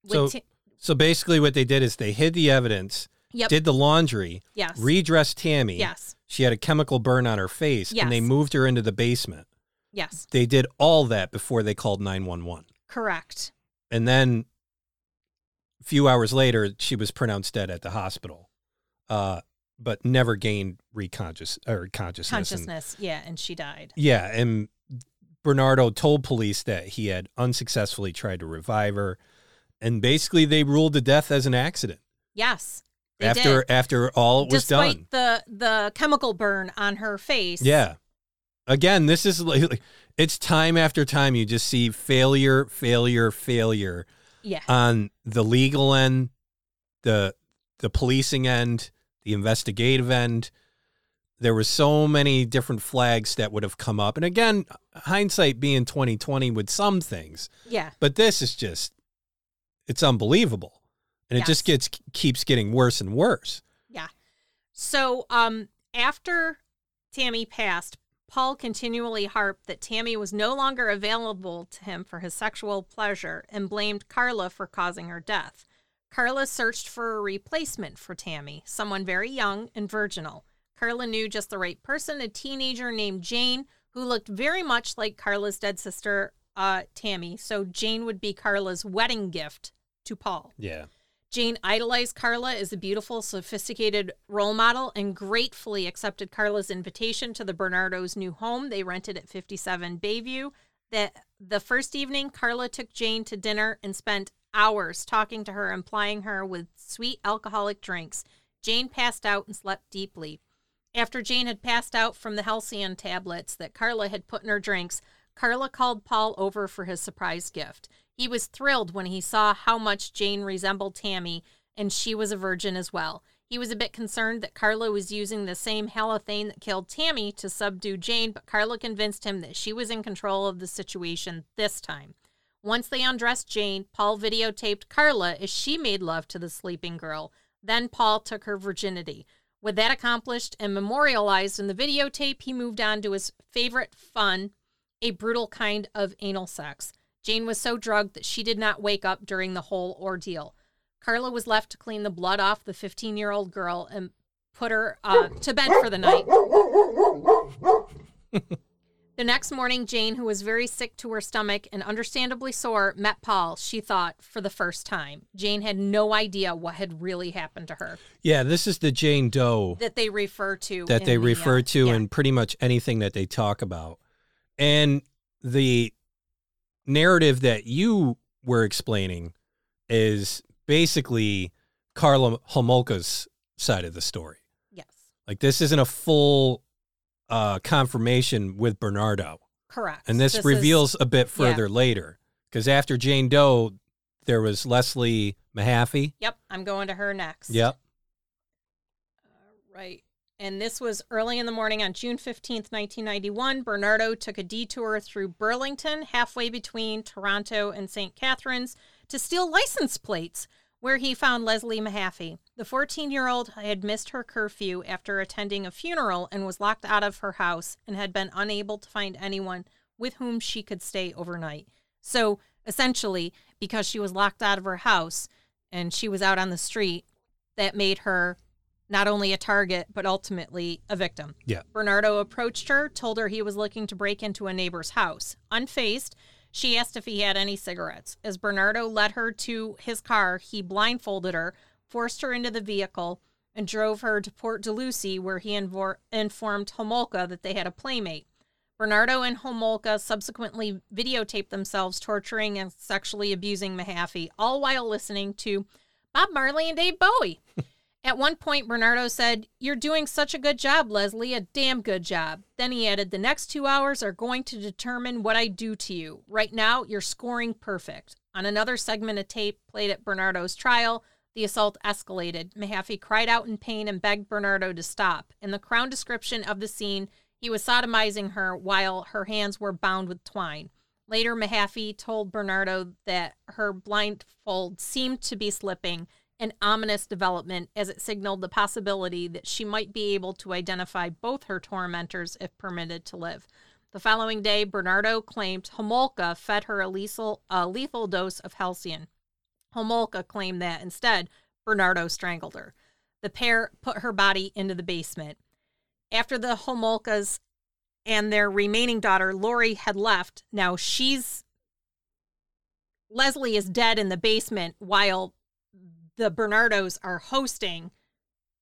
S2: With
S1: so
S2: Ta-
S1: so basically what they did is they hid the evidence,
S2: yep.
S1: did the laundry,
S2: yes.
S1: redressed Tammy.
S2: yes.
S1: She had a chemical burn on her face and they
S2: Yes.
S1: moved her into the basement.
S2: Yes.
S1: They did all that before they called 911.
S2: Correct.
S1: and then a few hours later she was pronounced dead at the hospital uh but never gained reconscious or consciousness, And-
S2: Consciousness. Yeah. And she died.
S1: yeah and bernardo told police that he had unsuccessfully tried to revive her and basically they ruled the death as an accident
S2: Yes. They
S1: after
S2: did.
S1: after all was
S2: Despite
S1: done
S2: the the chemical burn on her face.
S1: yeah again this is like like- it's time after time you just see failure failure failure
S2: Yeah.
S1: on the legal end, the the policing end, the investigative end. There were so many different flags that would have come up. And again, hindsight being 2020 with some things,
S2: yeah.
S1: but this is just it's unbelievable. And it just gets keeps getting worse and worse.
S2: Yeah. So um after Tammy passed, Paul continually harped that Tammy was no longer available to him for his sexual pleasure and blamed Carla for causing her death. Carla searched for a replacement for Tammy, someone very young and virginal. Carla knew just the right person, a teenager named Jane, who looked very much like Carla's dead sister, uh, Tammy, so Jane would be Carla's wedding gift to Paul.
S1: Yeah.
S2: Jane idolized Carla as a beautiful, sophisticated role model and gratefully accepted Carla's invitation to the Bernardo's new home they rented at 57 Bayview. That the first evening, Carla took Jane to dinner and spent hours talking to her and plying her with sweet alcoholic drinks. Jane passed out and slept deeply. After Jane had passed out from the Halcyon tablets that Carla had put in her drinks, Carla called Paul over for his surprise gift. He was thrilled when he saw how much Jane resembled Tammy, and she was a virgin as well. He was a bit concerned that Carla was using the same halothane that killed Tammy to subdue Jane, but Carla convinced him that she was in control of the situation this time. Once they undressed Jane, Paul videotaped Carla as she made love to the sleeping girl. Then Paul took her virginity. With that accomplished and memorialized in the videotape, he moved on to his favorite fun, a brutal kind of anal sex. Jane was so drugged that she did not wake up during the whole ordeal. Carla was left to clean the blood off the 15 year old girl and put her uh, to bed for the night. the next morning, Jane, who was very sick to her stomach and understandably sore, met Paul, she thought, for the first time. Jane had no idea what had really happened to her
S1: Yeah, this is the Jane Doe
S2: that they refer to.
S1: that
S2: in
S1: they
S2: the, uh,
S1: refer to
S2: yeah.
S1: in pretty much anything that they talk about. And the narrative that you were explaining is basically Carla Homolka's side of the story.
S2: Yes,
S1: Like this isn't a full uh, confirmation with Bernardo,
S2: correct.
S1: and this,
S2: is-
S1: reveals a bit further later because after Jane Doe, there was Leslie Mahaffey.
S2: Yep, I'm going to her next.
S1: Yep.
S2: Right. And this was early in the morning on June 15th, 1991. Bernardo took a detour through Burlington, halfway between Toronto and St. Catharines, to steal license plates, where he found Leslie Mahaffey. The 14 year old had missed her curfew after attending a funeral and was locked out of her house and had been unable to find anyone with whom she could stay overnight. So essentially, because she was locked out of her house and she was out on the street, that made her not only a target, but ultimately a victim.
S1: Yeah.
S2: Bernardo approached her, told her he was looking to break into a neighbor's house. Unfazed, she asked if he had any cigarettes. As Bernardo led her to his car, he blindfolded her, forced her into the vehicle, and drove her to Port Dulucey, where he invor- informed Homolka that they had a playmate. Bernardo and Homolka subsequently videotaped themselves torturing and sexually abusing Mahaffey, all while listening to Bob Marley and Dave Bowie. At one point, Bernardo said, You're doing such a good job, Leslie, a damn good job. Then he added, The next two hours are going to determine what I do to you. Right now, you're scoring perfect. On another segment of tape played at Bernardo's trial, the assault escalated. Mahaffey cried out in pain and begged Bernardo to stop. In the crown description of the scene, he was sodomizing her while her hands were bound with twine. Later, Mahaffey told Bernardo that her blindfold seemed to be slipping, an ominous development as it signaled the possibility that she might be able to identify both her tormentors if permitted to live. The following day, Bernardo claimed Homolka fed her a lethal, a lethal dose of Halcyon. Homolka claimed that instead, Bernardo strangled her. The pair put her body into the basement. After the Homolkas and their remaining daughter, Lori, had left, now she's. Leslie is dead in the basement while the Bernardos are hosting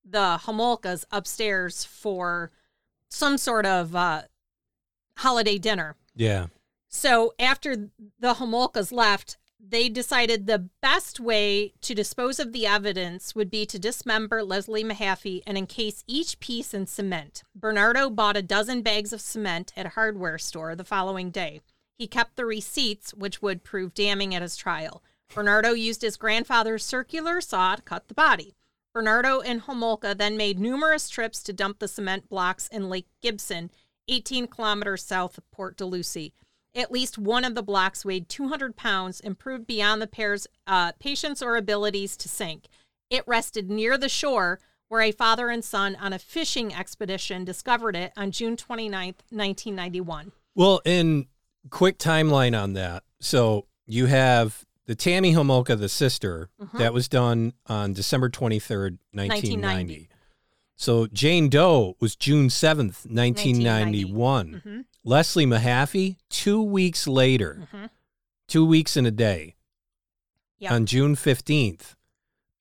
S2: the Homolkas upstairs for some sort of uh, holiday dinner.
S1: Yeah.
S2: So after the Homolkas left, they decided the best way to dispose of the evidence would be to dismember Leslie Mahaffey and encase each piece in cement. Bernardo bought a dozen bags of cement at a hardware store the following day. He kept the receipts, which would prove damning at his trial. Bernardo used his grandfather's circular saw to cut the body. Bernardo and Homolka then made numerous trips to dump the cement blocks in Lake Gibson, 18 kilometers south of Port Dulucey. At least one of the blocks weighed 200 pounds and proved beyond the pair's uh, patience or abilities to sink. It rested near the shore where a father and son on a fishing expedition discovered it on June 29th, 1991.
S1: Well, in quick timeline on that. So you have the Tammy Homolka, the sister, that was done on December 23rd, 1990.
S2: 1990.
S1: So Jane Doe was June 7th, 1991.
S2: Mhm.
S1: Leslie Mahaffey, two weeks later, two weeks in a day
S2: Yep.
S1: on June 15th.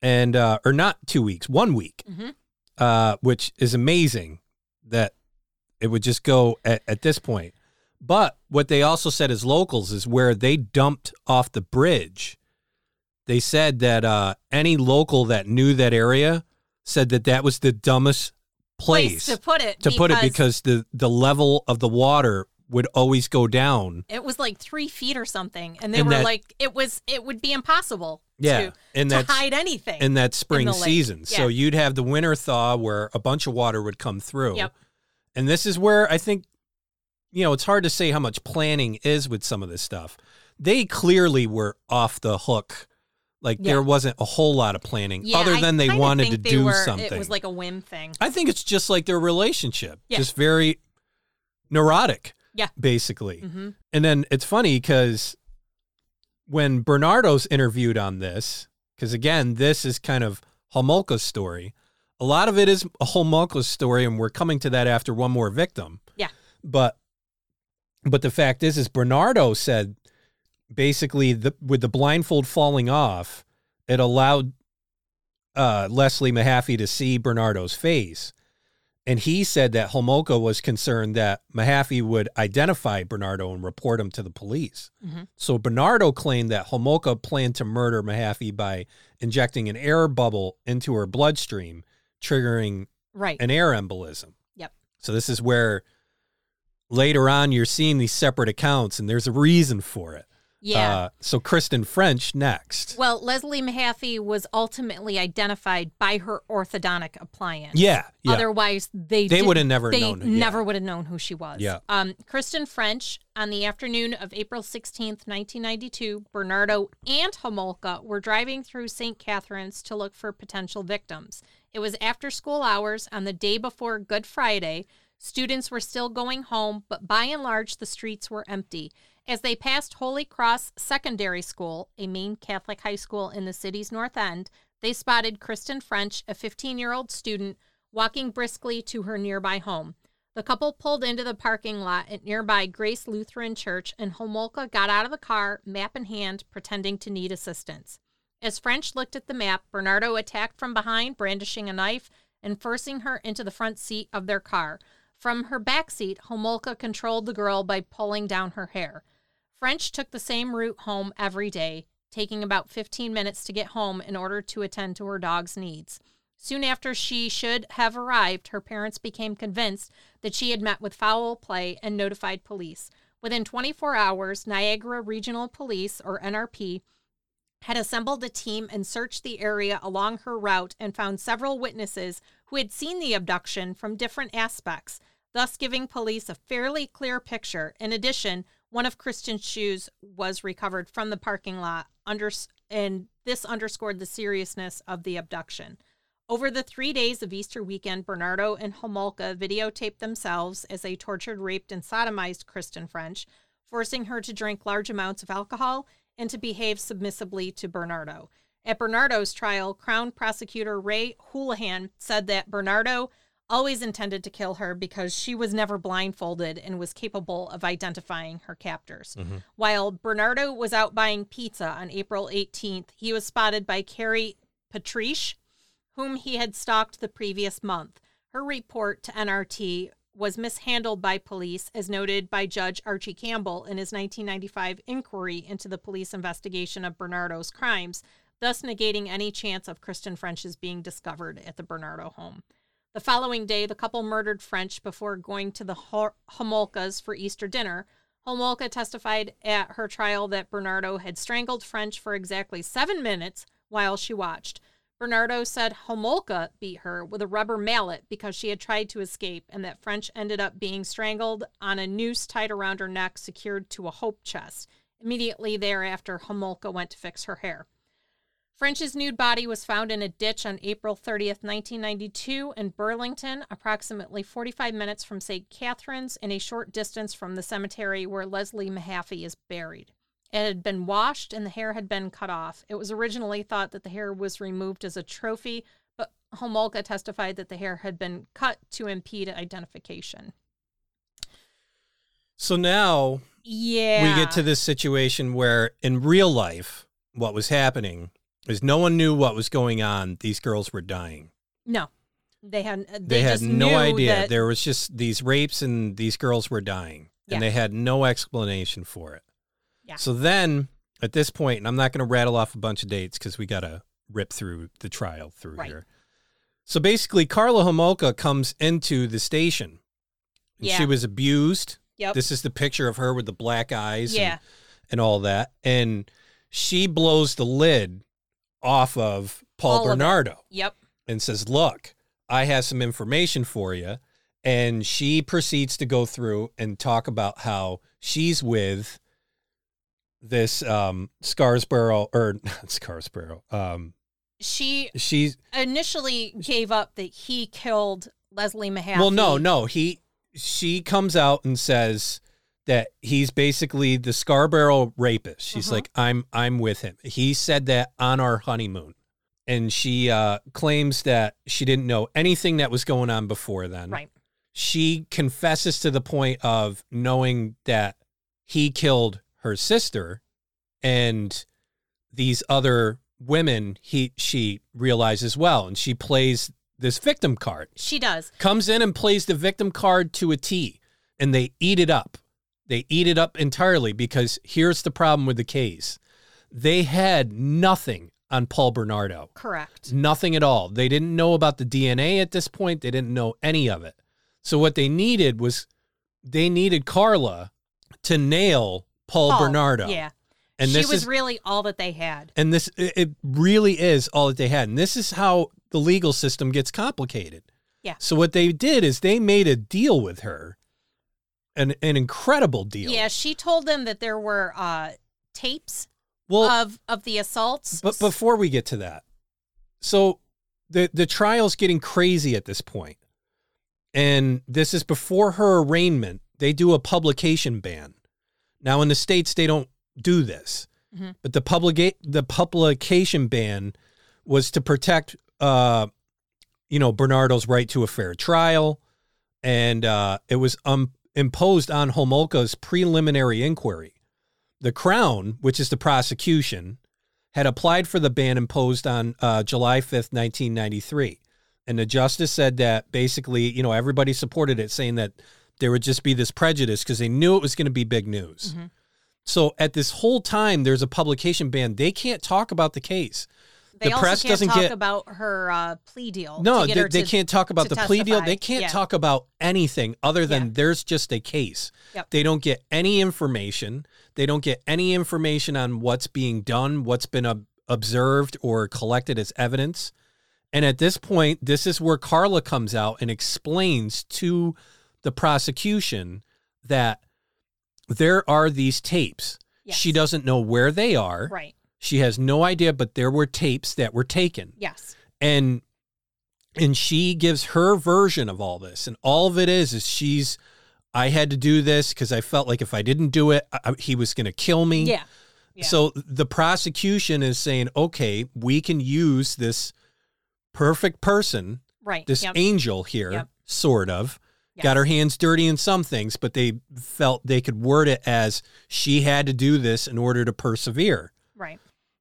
S1: And, uh, or not two weeks, one week,
S2: Mhm.
S1: uh, which is amazing that it would just go at, at this point. But what they also said as locals is where they dumped off the bridge. They said that uh, any local that knew that area said that that was the dumbest place,
S2: to put it.
S1: to put it because the, the level of the water would always go down.
S2: it was like three feet or something, and they
S1: And
S2: were
S1: that-
S2: like, it was, it would be impossible
S1: Yeah.
S2: to,
S1: and
S2: to
S1: that's
S2: hide anything.
S1: in that spring
S2: the lake.
S1: season. So
S2: Yeah.
S1: you'd have the winter thaw where a bunch of water would come through.
S2: Yep.
S1: And this is where I think, you know, it's hard to say how much planning is with some of this stuff. they clearly were off the hook. Like
S2: Yeah.
S1: there wasn't a whole lot of planning
S2: Yeah,
S1: other
S2: I
S1: than they
S2: kinda
S1: wanted
S2: think
S1: to
S2: they
S1: do
S2: were-
S1: something.
S2: It was like a whim thing.
S1: I think it's just like their relationship,
S2: Yeah.
S1: just very neurotic.
S2: Yeah.
S1: Basically.
S2: hmm
S1: And then it's funny because when Bernardo's interviewed on this, because again, this is kind of Homolka's story. A lot of it is Homolka's story, and we're coming to that after one more victim.
S2: Yeah.
S1: But but the fact is, is Bernardo said basically the, with the blindfold falling off, it allowed uh, Leslie Mahaffey to see Bernardo's face. And he said that Homolka was concerned that Mahaffey would identify Bernardo and report him to the police.
S2: Mhm.
S1: So Bernardo claimed that Homolka planned to murder Mahaffey by injecting an air bubble into her bloodstream, triggering
S2: Right.
S1: an air embolism.
S2: Yep.
S1: So this is where later on you're seeing these separate accounts and there's a reason for it.
S2: yeah.
S1: Uh, so Kristen French next.
S2: well, Leslie Mahaffey was ultimately identified by her orthodontic appliance.
S1: yeah. Yeah.
S2: Otherwise, they
S1: they
S2: did-
S1: would have never
S2: they
S1: known. yeah.
S2: never would have known who she was.
S1: Yeah.
S2: Um, Kristen French, on the afternoon of April 16th, 1992, Bernardo and Homolka were driving through St. Catharines to look for potential victims. It was after school hours on the day before Good Friday. Students were still going home, but by and large, the streets were empty. As they passed Holy Cross Secondary School, a main Catholic high school in the city's north end, they spotted Kristen French, a 15 year old student, walking briskly to her nearby home. The couple pulled into the parking lot at nearby Grace Lutheran Church, and Homolka got out of the car, map in hand, pretending to need assistance. As French looked at the map, Bernardo attacked from behind, brandishing a knife and forcing her into the front seat of their car. From her back seat, Homolka controlled the girl by pulling down her hair. French took the same route home every day, taking about 15 minutes to get home in order to attend to her dog's needs. Soon after she should have arrived, her parents became convinced that she had met with foul play and notified police. Within 24 hours, Niagara Regional Police, or NRP, had assembled a team and searched the area along her route and found several witnesses who had seen the abduction from different aspects, thus giving police a fairly clear picture. In addition, one of Kristen's shoes was recovered from the parking lot, under, and this underscored the seriousness of the abduction. Over the three days of Easter weekend, Bernardo and Homolka videotaped themselves as they tortured, raped, and sodomized Kristen French, forcing her to drink large amounts of alcohol and to behave submissively to Bernardo. At Bernardo's trial, Crown prosecutor Ray Houlihan said that Bernardo always intended to kill her because she was never blindfolded and was capable of identifying her captors. While Bernardo was out buying pizza on April 18th, he was spotted by Carrie Patrice, whom he had stalked the previous month. Her report to NRT was mishandled by police, as noted by Judge Archie Campbell in his 1995 inquiry into the police investigation of Bernardo's crimes, thus negating any chance of Kristen French's being discovered at the Bernardo home. The following day, the couple murdered French before going to the Ho- Homolkas for Easter dinner. Homolka testified at her trial that Bernardo had strangled French for exactly seven minutes while she watched. Bernardo said Homolka beat her with a rubber mallet because she had tried to escape, and that French ended up being strangled on a noose tied around her neck, secured to a hope chest. Immediately thereafter, Homolka went to fix her hair. French's nude body was found in a ditch on April 30th, 1992, in Burlington, approximately 45 minutes from St. Catharines and a short distance from the cemetery where Leslie Mahaffey is buried. It had been washed and the hair had been cut off. It was originally thought that the hair was removed as a trophy, but Homolka testified that the hair had been cut to impede identification.
S1: So now
S2: Yeah.
S1: we get to this situation where in real life, what was happening is no one knew what was going on. These girls were dying.
S2: No. They had they,
S1: They, had
S2: just
S1: no
S2: knew
S1: idea.
S2: that-
S1: There was just these rapes and these girls were dying.
S2: Yeah.
S1: And they had no explanation for it.
S2: Yeah.
S1: So then at this point, and I'm not going to rattle off a bunch of dates because we got to rip through the trial through
S2: Right.
S1: here. So basically, Carla Homolka comes into the station. And
S2: Yeah.
S1: She was abused.
S2: Yep.
S1: This is the picture of her with the black eyes. and-
S2: yeah.
S1: and all that. And she blows the lid off of Paul
S2: All of it.
S1: Bernardo
S2: Yep.
S1: and says, Look, I have some information for you. And she proceeds to go through and talk about how she's with this um Scarsborough or not Scarsborough. Um
S2: She
S1: she's
S2: initially gave up that he killed Leslie Mahaffey.
S1: well no, no, he she comes out and says that he's basically the Scarborough rapist. She's
S2: Mhm.
S1: like I'm I'm with him. He said that on our honeymoon. And she uh claims that she didn't know anything that was going on before then.
S2: Right.
S1: she confesses to the point of knowing that he killed her sister and these other women he she realizes well and she plays this victim card
S2: She does.
S1: comes in and plays the victim card to a T and they eat it up they eat it up entirely because here's the problem with the case they had nothing on Paul Bernardo
S2: Correct.
S1: Nothing at all. They didn't know about the DNA at this point. They didn't know any of it. So what they needed was they needed Carla to nail Paul,
S2: Paul,
S1: Bernardo.
S2: Yeah.
S1: And
S2: she
S1: this
S2: was
S1: is
S2: really all that they had.
S1: and this it it really is all that they had. And this is how the legal system gets complicated.
S2: Yeah.
S1: So what they did is they made a deal with her. An an incredible deal.
S2: Yeah, she told them that there were uh, tapes
S1: Well,
S2: of of the assaults.
S1: But before we get to that, so the the trial's getting crazy at this point, and this is before her arraignment. They do a publication ban. Now in the states they don't do this,
S2: Mhm.
S1: but the public the publication ban was to protect, uh, you know, Bernardo's right to a fair trial, and uh, it was um, imposed on Homolka's preliminary inquiry. The Crown, which is the prosecution, had applied for the ban imposed on uh, July 5th, 1993. And the justice said that basically, you know, everybody supported it, saying that there would just be this prejudice because they knew it was going to be big news.
S2: Mhm.
S1: So at this whole time, there's a publication ban. They can't talk about the case.
S2: they
S1: the
S2: also
S1: press
S2: can't
S1: doesn't
S2: talk
S1: get-
S2: about her uh, plea deal.
S1: No,
S2: to get
S1: they,
S2: her
S1: they
S2: to-
S1: can't talk about
S2: to
S1: the plea deal.
S2: testify.
S1: They can't
S2: Yeah.
S1: talk about anything other than
S2: Yeah.
S1: there's just a case.
S2: Yep.
S1: They don't get any information. They don't get any information on what's being done, what's been ob- observed or collected as evidence. And at this point, this is where Carla comes out and explains to the prosecution that there are these tapes.
S2: Yes.
S1: She doesn't know where they are.
S2: Right.
S1: She has no idea, but there were tapes that were taken
S2: Yes.
S1: and and she gives her version of all this and all of it is is she's i had to do this because i felt like if i didn't do it I, I- he was going to kill me
S2: Yeah. Yeah.
S1: so the prosecution is saying okay we can use this perfect person
S2: right.
S1: this
S2: Yep.
S1: angel here
S2: Yep.
S1: sort of
S2: Yes.
S1: got her hands dirty in some things but they felt they could word it as she had to do this in order to persevere
S2: Right.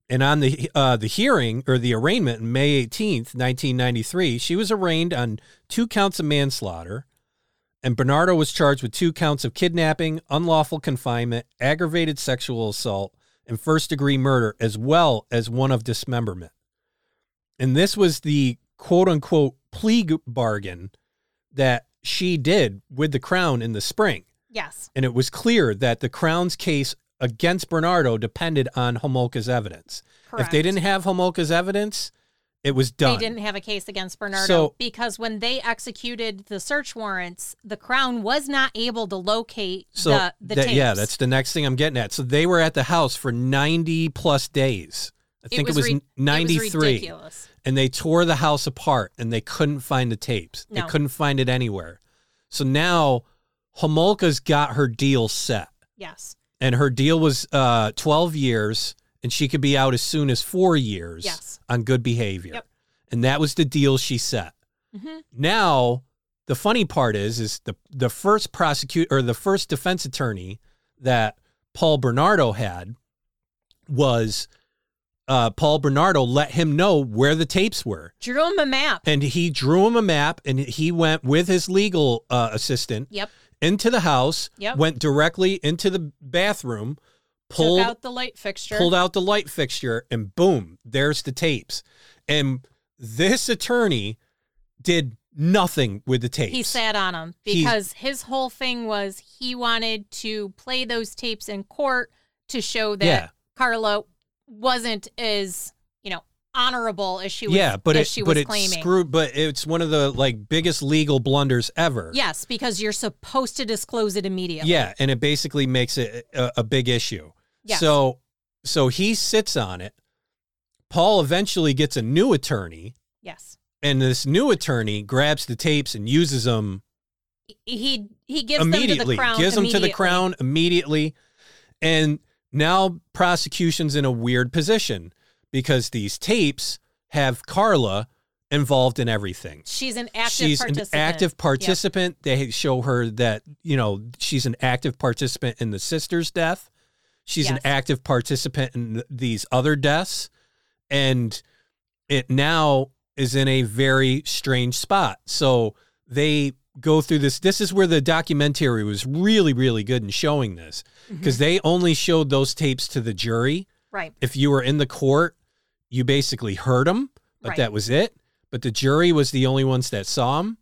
S1: and on the uh, the hearing or the arraignment on May 18th, 1993, she was arraigned on two counts of manslaughter, and Bernardo was charged with two counts of kidnapping, unlawful confinement, aggravated sexual assault, and first degree murder, as well as one of dismemberment. And this was the quote unquote plea bargain that she did with the crown in the spring
S2: Yes.
S1: and it was clear that the Crown's case against Bernardo depended on Homolka's evidence.
S2: Correct.
S1: If they didn't have Homolka's evidence, it was
S2: They
S1: done.
S2: didn't have a case against Bernardo
S1: So-
S2: because when they executed the search warrants, the crown was not able to locate
S1: so
S2: the the
S1: that-
S2: tapes.
S1: yeah, that's the next thing I'm getting at. So they were at the house for 90 plus days. I think it was,
S2: ri- it
S1: 93.
S2: ridiculous.
S1: and they tore the house apart and they couldn't find the tapes.
S2: No.
S1: They couldn't find it anywhere. So now Homolka's got her deal set.
S2: Yes.
S1: and her deal was uh, 12 years and she could be out as soon as four years
S2: Yes.
S1: on good behavior
S2: Yep.
S1: and that was the deal she set
S2: Mhm.
S1: now the funny part is is the, the first prosecutor or the first defense attorney that paul bernardo had was uh, paul bernardo let him know where the tapes were
S2: Drew him a map.
S1: and he drew him a map and he went with his legal uh, assistant
S2: Yep.
S1: into the house,
S2: Yep.
S1: went directly into the bathroom, pulled
S2: Took out the light fixture.
S1: pulled out the light fixture, and boom, there's the tapes. And this attorney did nothing with the tapes.
S2: he sat on them
S1: He's-
S2: because his whole thing was he wanted to play those tapes in court to show that
S1: Yeah.
S2: Carla wasn't as you know honorable as she was.
S1: yeah, but
S2: as
S1: it
S2: she
S1: but
S2: was
S1: it
S2: claiming.
S1: screwed. But it's one of the like biggest legal blunders ever.
S2: Yes, because you're supposed to disclose it immediately.
S1: Yeah, and it basically makes it a, a big issue.
S2: Yes.
S1: So so he sits on it. Paul eventually gets a new attorney,
S2: yes.
S1: and this new attorney grabs the tapes and uses them
S2: He he gives them to the
S1: immediately.
S2: crown.
S1: gives them to the
S2: immediately.
S1: crown immediately, and now prosecution's in a weird position because these tapes have Carla involved in everything.
S2: She's an active
S1: she's
S2: participant.
S1: an active participant. They show her that, you know, she's an active participant in the sister's death. She's an
S2: Yes.
S1: active participant in th- these other deaths. And it now is in a very strange spot. So they go through this. This is where the documentary was really, really good in showing this
S2: Mhm.
S1: because they only showed those tapes to the jury
S2: Right.
S1: if you were in the court, you basically heard him, but
S2: Right.
S1: that was it. But the jury was the only ones that saw him.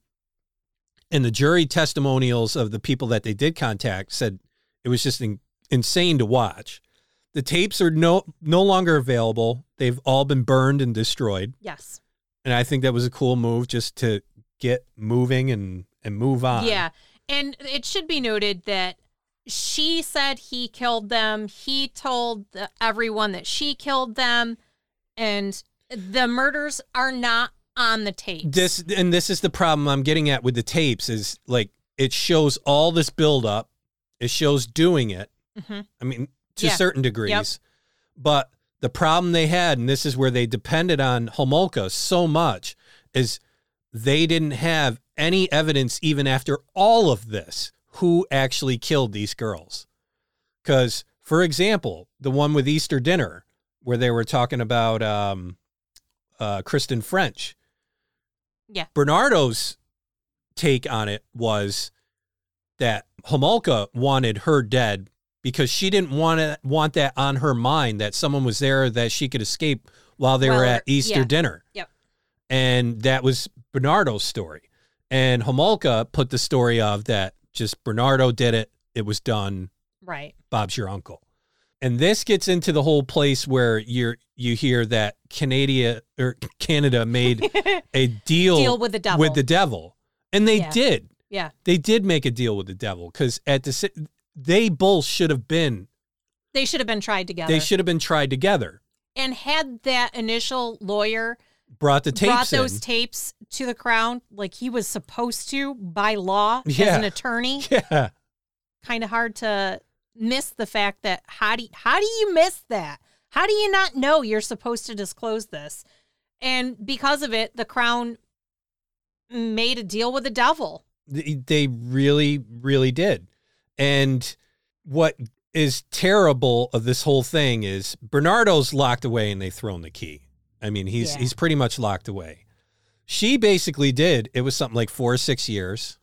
S1: And the jury testimonials of the people that they did contact said it was just in, insane to watch. The tapes are no no longer available. They've all been burned and destroyed.
S2: Yes.
S1: And I think that was a cool move just to get moving and and move on.
S2: Yeah. And it should be noted that she said he killed them. He told the, everyone that she killed them. And the murders are not on the tape.
S1: This and this is the problem I'm getting at with the tapes is like it shows all this build up. It shows doing it.
S2: hmm
S1: I mean, to
S2: Yeah.
S1: certain degrees. But the problem they had, and this is where they depended on Homolka so much, is they didn't have any evidence, even after all of this, who actually killed these girls. Because, for example, the one with Easter dinner, where they were talking about um, uh, Kristen French.
S2: Yeah.
S1: Bernardo's take on it was that Homolka wanted her dead because she didn't want to want that on her mind that someone was there that she could escape while they
S2: Well,
S1: were at
S2: yeah.
S1: Easter dinner.
S2: Yep.
S1: And that was Bernardo's story. And Homolka put the story of that just Bernardo did it. It was done.
S2: Right.
S1: Bob's your uncle. And this gets into the whole place where you're you hear that Canada or Canada made a deal,
S2: Deal with the devil.
S1: with the devil. And they
S2: Yeah.
S1: did.
S2: yeah.
S1: They did make a deal with the devil cuz at the si- they both should have been
S2: They should have been tried together.
S1: they should have been tried together.
S2: And had that initial lawyer
S1: Brought the tapes
S2: brought those
S1: in.
S2: tapes to the crown like he was supposed to by law as
S1: Yeah.
S2: an attorney,
S1: yeah.
S2: kind of hard to miss the fact that how do how do you miss that? How do you not know you're supposed to disclose this? And because of it, the crown made a deal with the devil.
S1: They they really really did. And what is terrible of this whole thing is Bernardo's locked away and they thrown the key. I mean, he's
S2: Yeah.
S1: he's pretty much locked away. She basically did. It was something like 4 or 6 years.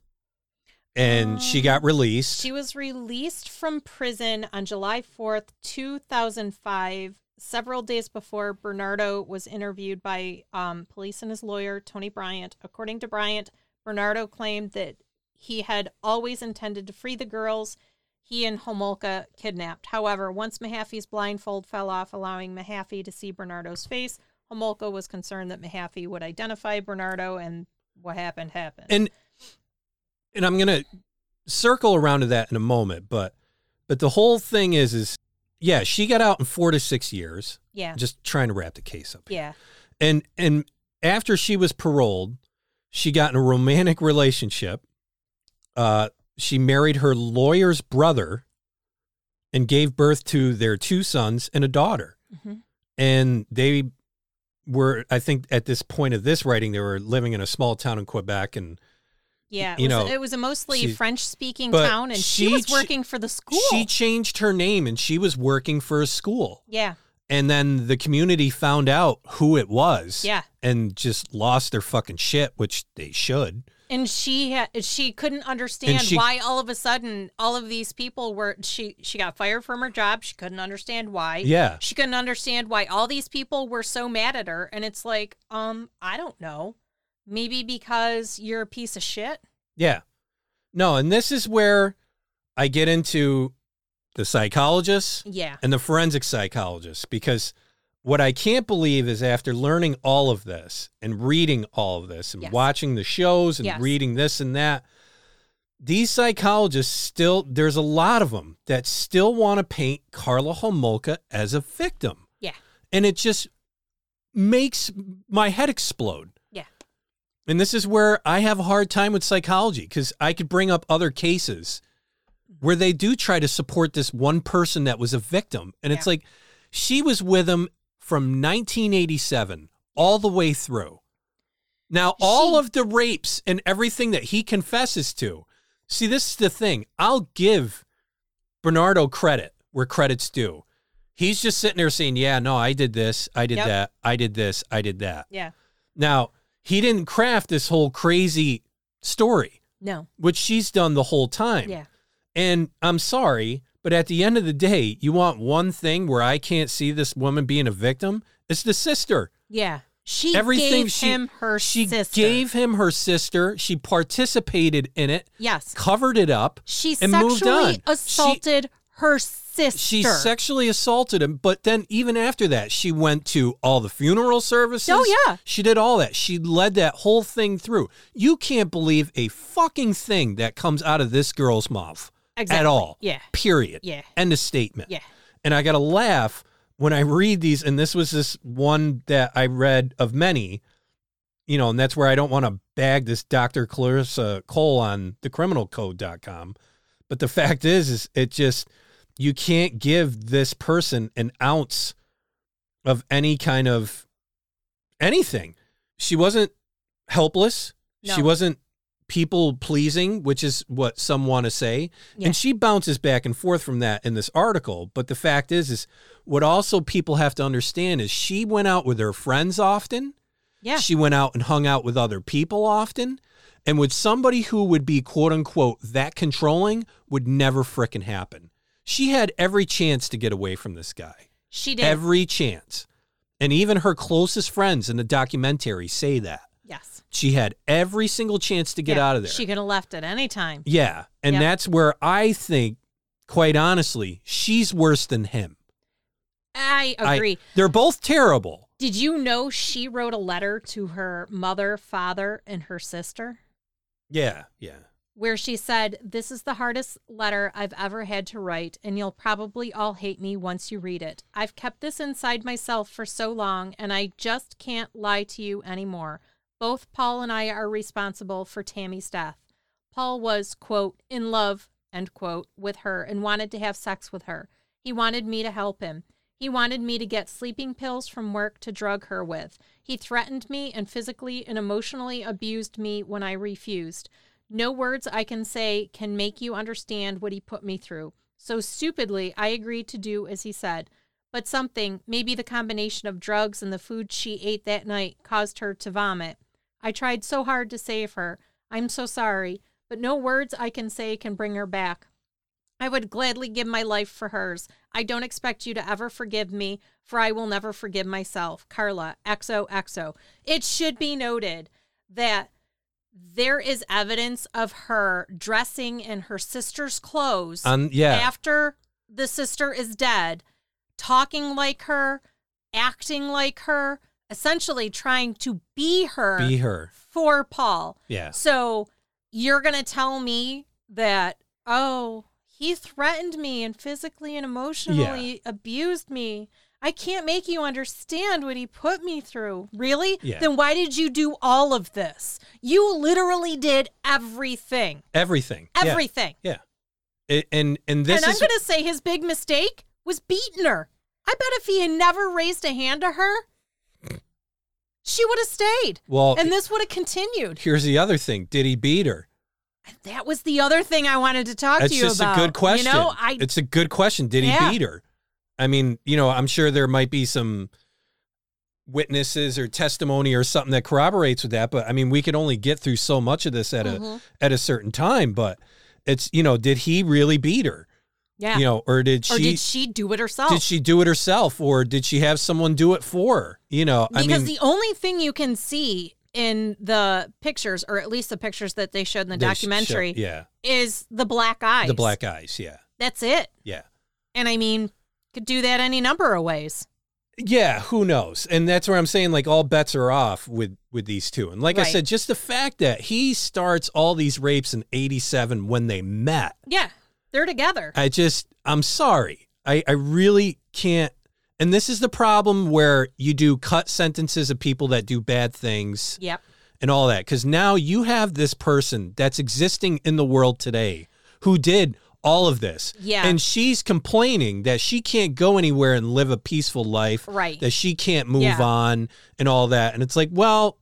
S1: And she
S2: Um,
S1: got released.
S2: She was released from prison on July 4th, 2005, several days before Bernardo was interviewed by um, police and his lawyer, Tony Bryant. According to Bryant, Bernardo claimed that he had always intended to free the girls he and Homolka kidnapped. However, once Mahaffey's blindfold fell off, allowing Mahaffey to see Bernardo's face, Homolka was concerned that Mahaffey would identify Bernardo, and what happened happened.
S1: and and I'm gonna circle around to that in a moment, but but the whole thing is is yeah, she got out in four to six years.
S2: yeah,
S1: Just trying to wrap the case up. here.
S2: yeah,
S1: And and after she was paroled, she got in a romantic relationship. Uh, she married her lawyer's brother, and gave birth to their two sons and a daughter.
S2: Mhm.
S1: And they were, I think, at this point of this writing, they were living in a small town in Quebec, and
S2: yeah. It
S1: you
S2: was,
S1: know,
S2: it was a mostly
S1: she-
S2: French-speaking
S1: but
S2: town, and she,
S1: she
S2: was
S1: ch-
S2: working for the school.
S1: She changed her name and she was working for a school.
S2: yeah,
S1: And then the community found out who it was.
S2: Yeah.
S1: And just lost their fucking shit, which they should.
S2: and she ha- she couldn't understand
S1: she-
S2: why all of a sudden all of these people were. She she got fired from her job. She couldn't understand why.
S1: Yeah.
S2: She couldn't understand why all these people were so mad at her, and it's like, um, I don't know. Maybe because you're a piece of shit.
S1: Yeah. No, and this is where I get into the psychologists
S2: Yeah.
S1: and the forensic psychologists because what I can't believe is after learning all of this and reading all of this and
S2: Yes.
S1: watching the shows and
S2: Yes.
S1: reading this and that, these psychologists still there's a lot of them that still want to paint Carla Homolka as a victim.
S2: Yeah.
S1: And it just makes my head explode.
S2: Yeah.
S1: And this is where I have a hard time with psychology cuz I could bring up other cases where they do try to support this one person that was a victim and it's
S2: Yeah.
S1: like she was with him from 1987 all the way through. Now, all
S2: She-
S1: of the rapes and everything that he confesses to, see, this is the thing. I'll give Bernardo credit where credit's due. He's just sitting there saying, Yeah, no, I did this, I did
S2: Yep.
S1: that, I did this, I did that.
S2: Yeah.
S1: Now, he didn't craft this whole crazy story,
S2: No.
S1: which she's done the whole time.
S2: Yeah.
S1: And I'm sorry, but at the end of the day, you want one thing where I can't see this woman being a victim? It's the sister.
S2: Yeah. She
S1: Everything
S2: gave
S1: she-
S2: him her
S1: She
S2: sister.
S1: gave him her sister. She participated in it,
S2: Yes.
S1: covered it up.
S2: She
S1: and moved on.
S2: sexually
S1: She-
S2: assaulted her sister.
S1: She sexually assaulted him, but then even after that, she went to all the funeral services.
S2: Oh, yeah.
S1: She did all that. She led that whole thing through. You can't believe a fucking thing that comes out of this girl's mouth at
S2: Exactly.
S1: all.
S2: Yeah.
S1: Period.
S2: Yeah.
S1: End of statement.
S2: Yeah.
S1: and I got to laugh when I read these. And this was this one that I read of many, you know, and that's where I don't want to bag this Dr. Clarissa Cole on thecriminalcode.com. But the fact is, is it just, you can't give this person an ounce of any kind of anything. She wasn't helpless.
S2: No.
S1: She wasn't people pleasing, which is what some want to say.
S2: Yeah.
S1: And she bounces back and forth from that in this article. But the fact is, is what also people have to understand is she went out with her friends often.
S2: Yeah.
S1: She went out and hung out with other people often. And with somebody who would be quote unquote that controlling would never frickin' happen. She had every chance to get away from this guy.
S2: She did.
S1: Every chance. And even her closest friends in the documentary say that.
S2: yes.
S1: She had every single chance to get
S2: Yeah.
S1: out of there.
S2: She could have left at any time.
S1: Yeah. And
S2: Yeah.
S1: that's where I think, quite honestly, she's worse than him.
S2: I
S1: I-
S2: agree.
S1: they're both terrible.
S2: Did you know she wrote a letter to her mother, father, and her sister
S1: Yeah. Yeah.
S2: where she said, This is the hardest letter I've ever had to write, and you'll probably all hate me once you read it. I've kept this inside myself for so long, and I just can't lie to you anymore. Both Paul and I are responsible for Tammy's death. Paul was, quote, in love, end quote, with her and wanted to have sex with her. He wanted me to help him. He wanted me to get sleeping pills from work to drug her with. He threatened me and physically and emotionally abused me when I refused. No words I can say can make you understand what he put me through. So stupidly, I agreed to do as he said. But something, maybe the combination of drugs and the food she ate that night, caused her to vomit. I tried so hard to save her. I'm so sorry, but no words I can say can bring her back. I would gladly give my life for hers. I don't expect you to ever forgive me, for I will never forgive myself. Carla, XOXO. It should be noted that there is evidence of her dressing in her sister's clothes
S1: Um, yeah.
S2: after the sister is dead, talking like her, acting like her, essentially trying to be her
S1: Be her.
S2: for Paul.
S1: Yeah.
S2: So you're going to tell me that, oh, he threatened me and physically and emotionally abused me. I can't make you understand what he put me through. Really?
S1: Yeah.
S2: Then why did you do all of this? You literally did everything.
S1: Everything. Yeah.
S2: Everything.
S1: Yeah. A- and and this
S2: and I'm
S1: is
S2: going to say his big mistake was beating her. I bet if he had never raised a hand to her, she would have stayed.
S1: well.
S2: and this would have continued.
S1: here's the other thing. Did he beat her?
S2: That was the other thing I wanted to talk
S1: That's
S2: to you
S1: just
S2: about.
S1: a good question.
S2: You know, I
S1: it's a good question. Did
S2: Yeah.
S1: he beat her? I mean, you know, I'm sure there might be some witnesses or testimony or something that corroborates with that, but I mean, we can only get through so much of this at a
S2: Mhm.
S1: at a certain time. But it's you know, did he really beat her?
S2: yeah.
S1: You know, or did
S2: or
S1: she?
S2: did she do it herself?
S1: did she do it herself, or did she have someone do it for her? You know, I
S2: because
S1: mean,
S2: the only thing you can see in the pictures, or at least the pictures that they showed in the
S1: there's- sure,
S2: documentary,
S1: yeah,
S2: is the black eyes.
S1: the black eyes, yeah,
S2: That's it.
S1: yeah.
S2: And I mean, could do that any number of ways.
S1: yeah, who knows? And that's where I'm saying like all bets are off with with these two. And like I
S2: Right.
S1: said, just the fact that he starts all these rapes in 87 when they met.
S2: Yeah, they're together.
S1: I just I'm sorry. I I really can't and this is the problem where you do cut sentences of people that do bad things
S2: yep.
S1: and all that cuz now you have this person that's existing in the world today who did all of this.
S2: Yeah.
S1: And she's complaining that she can't go anywhere and live a peaceful life
S2: Right.
S1: that she can't move
S2: Yeah.
S1: on and all that. And it's like, well,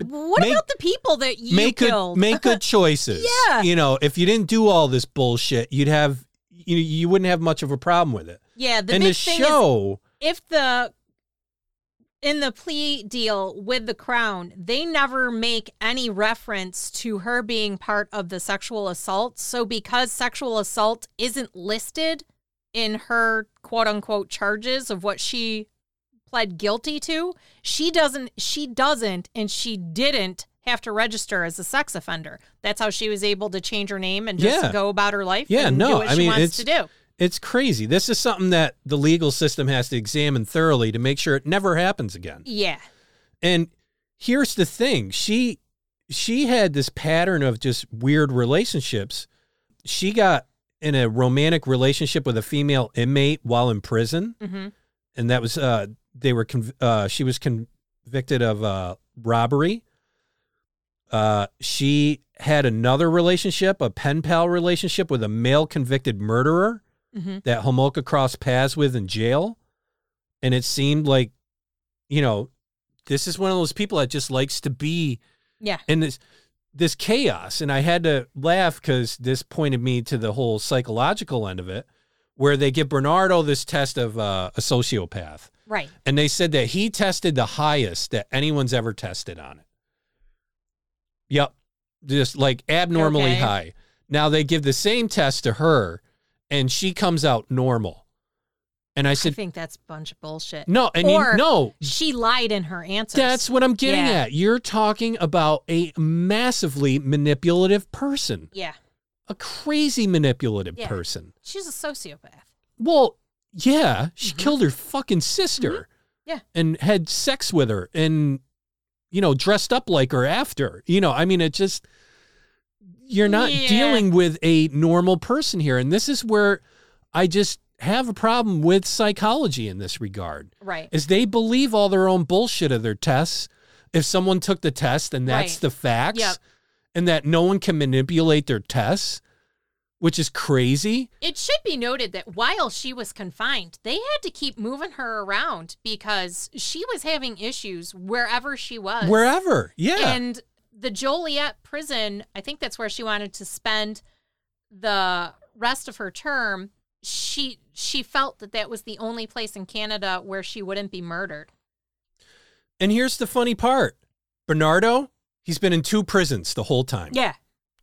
S2: What
S1: Make-
S2: about the people that you
S1: make good
S2: killed?
S1: make good choices.
S2: Yeah.
S1: You know, if you didn't do all this bullshit, you'd have you you wouldn't have much of a problem with it.
S2: yeah, the
S1: and the
S2: big thing is
S1: show
S2: if the in the plea deal with the crown, they never make any reference to her being part of the sexual assault. So because sexual assault isn't listed in her quote unquote charges of what she pled guilty to, she doesn't she doesn't and she didn't have to register as a sex offender. That's how she was able to change her name and just
S1: Yeah.
S2: go about her life
S1: Yeah,
S2: and do
S1: no,
S2: what
S1: I
S2: she
S1: mean,
S2: wants
S1: it's-
S2: to do.
S1: it's crazy. This is something that the legal system has to examine thoroughly to make sure it never happens again.
S2: Yeah.
S1: And here's the thing. She she had this pattern of just weird relationships. She got in a romantic relationship with a female inmate while in prison.
S2: hmm
S1: and that was uh they were conv- uh she was convicted of uh robbery uh she had another relationship a pen pal relationship with a male convicted murderer
S2: hmm
S1: that homolka crossed paths with in jail and it seemed like you know this is one of those people that just likes to be
S2: Yeah.
S1: in this this chaos and i had to laugh because this pointed me to the whole psychological end of it where they give bernardo this test of uh, a sociopath
S2: Right.
S1: and they said that he tested the highest that anyone's ever tested on it. Yep. Just like abnormally
S2: Okay.
S1: high. Now they give the same test to her and she comes out normal. And I
S2: I
S1: said,
S2: think that's a bunch of bullshit.
S1: no, and
S2: Or-
S1: you, no,
S2: She lied in her answers.
S1: that's what I'm getting
S2: Yeah.
S1: at. You're talking about a massively manipulative person,
S2: yeah.
S1: a crazy manipulative
S2: Yeah.
S1: person.
S2: She's a sociopath.
S1: Well, yeah, she killed her fucking sister.
S2: Mm-hmm. Yeah.
S1: And had sex with her and, you know, dressed up like her after. You know, I mean, it just, you're not
S2: Yeah.
S1: dealing with a normal person here. And this is where I just have a problem with psychology in this regard
S2: Right.
S1: is they believe all their own bullshit of their tests. If someone took the test and that's
S2: Right.
S1: the facts
S2: Yep.
S1: and that no one can manipulate their tests, which is crazy.
S2: It should be noted that while she was confined, they had to keep moving her around because she was having issues wherever she was.
S1: Wherever. Yeah.
S2: And the Joliet prison, I think that's where she wanted to spend the rest of her term. She she felt that that was the only place in Canada where she wouldn't be murdered.
S1: And here's the funny part Bernardo, he's been in two prisons the whole time.
S2: Yeah.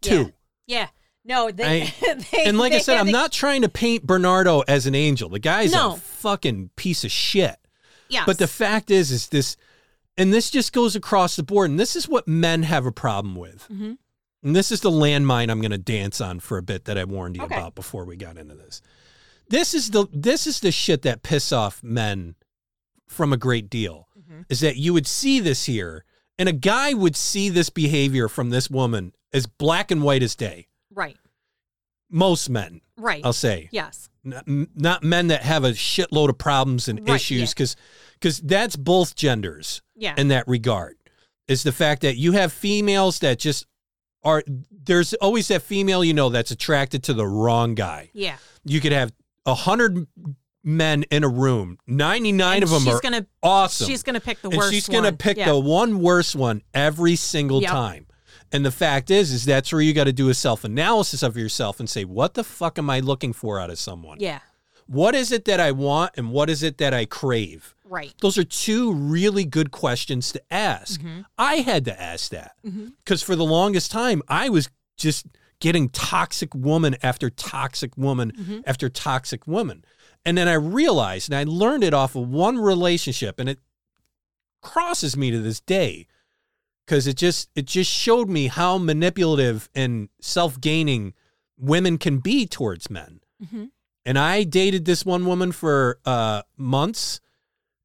S1: Two.
S2: Yeah. No, they, they
S1: And like I
S2: they
S1: said,
S2: had
S1: I'm
S2: to-
S1: not trying to paint Bernardo as an angel. The guy's
S2: No.
S1: a fucking piece of shit.
S2: Yes.
S1: But the fact is, is this, and this just goes across the board. And this is what men have a problem with.
S2: Mhm.
S1: And this is the landmine I'm going to dance on for a bit that I warned you
S2: Okay.
S1: about before we got into this. This is the this is the shit that piss off men from a great deal.
S2: Mm-hmm.
S1: Is that you would see this here, and a guy would see this behavior from this woman as black and white as day.
S2: right.
S1: Most men,
S2: Right.
S1: I'll say,
S2: yes.
S1: not, not men that have a shitload of problems and
S2: Right, yeah.
S1: issues because because that's both genders
S2: Yeah.
S1: in that regard is the fact that you have females that just are there's always that female you know that's attracted to the wrong guy
S2: yeah.
S1: you could have a hundred men in a room 99
S2: And
S1: of them
S2: she's
S1: are
S2: gonna
S1: awesome
S2: she's gonna pick the
S1: and
S2: worst.
S1: she's gonna
S2: one.
S1: pick
S2: yeah.
S1: the one worst one every single
S2: Yep.
S1: time and the fact is is that's where you got to do a self-analysis of yourself and say what the fuck am i looking for out of someone
S2: Yeah.
S1: what is it that I want and what is it that I crave?
S2: Right.
S1: Those are two really good questions to ask. I had to ask that because for the longest time, I was just getting toxic woman after toxic woman after toxic woman. And then I realized, and I learned it off of one relationship, and it crosses me to this day because it just it just showed me how manipulative and self-gaining women can be towards men
S2: Mhm.
S1: and I dated this one woman for uh, months,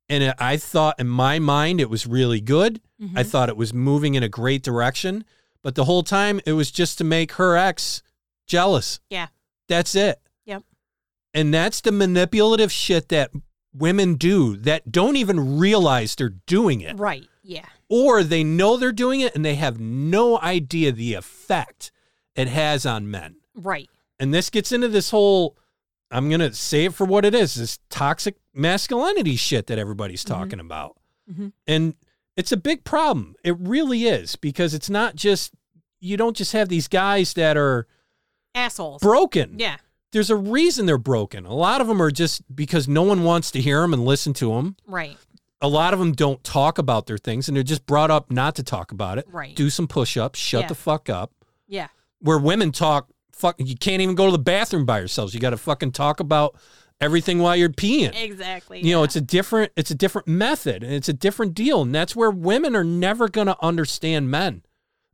S1: and it, I thought in my mind it was really good. I
S2: Mhm.
S1: thought it was moving in a great direction, but the whole time it was just to make her ex jealous.
S2: Yeah.
S1: That's it.
S2: Yep.
S1: And that's the manipulative shit that women do that don't even realize they're doing it
S2: right. Yeah.
S1: or they know they're doing it and they have no idea the effect it has on men.
S2: Right.
S1: And this gets into this whole I'm going to say it for what it is this toxic masculinity shit that everybody's
S2: Mm-hmm.
S1: talking about.
S2: Mhm.
S1: And it's a big problem. It really is because it's not just, you don't just have these guys that are
S2: Assholes.
S1: broken.
S2: yeah.
S1: There's a reason they're broken. A lot of them are just because no one wants to hear them and listen to them.
S2: Right.
S1: A lot of them don't talk about their things and they're just brought up not to talk about it.
S2: Right.
S1: Do some push ups, shut
S2: Yeah.
S1: the fuck up.
S2: Yeah.
S1: where women talk fuck you can't even go to the bathroom by yourselves. You got to fucking talk about everything while you're peeing.
S2: Exactly.
S1: You know,
S2: yeah.
S1: it's a different it's a different method and it's a different deal and that's where women are never going to understand men.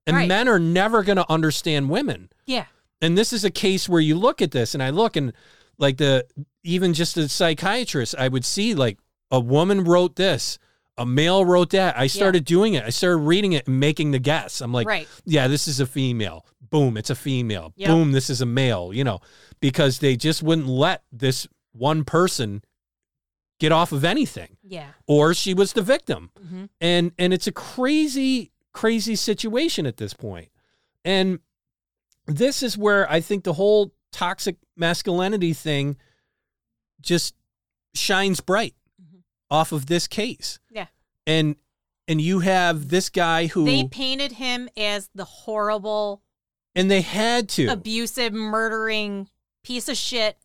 S1: And
S2: Right.
S1: men are never going to understand women.
S2: yeah.
S1: And this is a case where you look at this and I look and like the even just a psychiatrist, I would see like a woman wrote this, a male wrote that. I started doing it. I started reading it and making the guess. I'm like,
S2: right.
S1: yeah, this is a female. Boom, it's a female.
S2: Yep.
S1: Boom, this is a male, you know, because they just wouldn't let this one person get off of anything
S2: Yeah.
S1: or she was the victim.
S2: hmm
S1: And and it's a crazy crazy situation at this point. And this is where I think the whole toxic masculinity thing just shines bright
S2: Mhm.
S1: off of this case.
S2: Yeah.
S1: And and you have this guy who
S2: They painted him as the horrible,
S1: and they had to
S2: abusive, murdering piece of shit,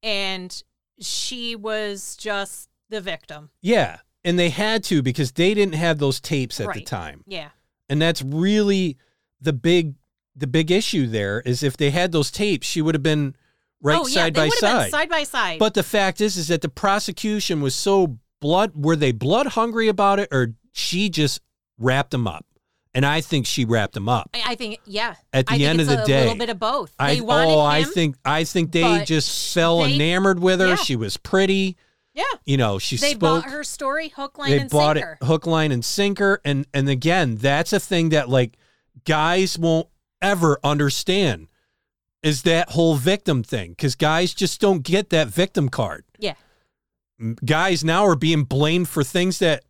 S2: and she was just the victim.
S1: Yeah. And they had to because they didn't have those tapes at the
S2: Right.
S1: time.
S2: Yeah.
S1: And that's really the big the big issue there is if they had those tapes, she would have been right
S2: oh, yeah,
S1: side
S2: they
S1: by
S2: would have
S1: side.
S2: Been side by side.
S1: But the fact is is that the prosecution was so blood were they blood hungry about it or she just wrapped them up. And I think she wrapped them up.
S2: I, I think, yeah.
S1: At the
S2: I think
S1: end
S2: it's
S1: of the
S2: a
S1: day,
S2: little bit of both.
S1: I
S2: they wanted
S1: oh, I
S2: him.
S1: think I think they
S2: but
S1: just
S2: sh-
S1: fell
S2: they-
S1: enamored with her.
S2: yeah.
S1: She was pretty,
S2: yeah.
S1: you know, she
S2: They
S1: spoke
S2: bought her story, hook, line,
S1: they
S2: and
S1: bought
S2: sinker.
S1: it hook line and sinker and and again that's a thing that like guys won't ever understand is that whole victim thing because guys just don't get that victim card
S2: Yeah.
S1: M- guys now are being blamed for things that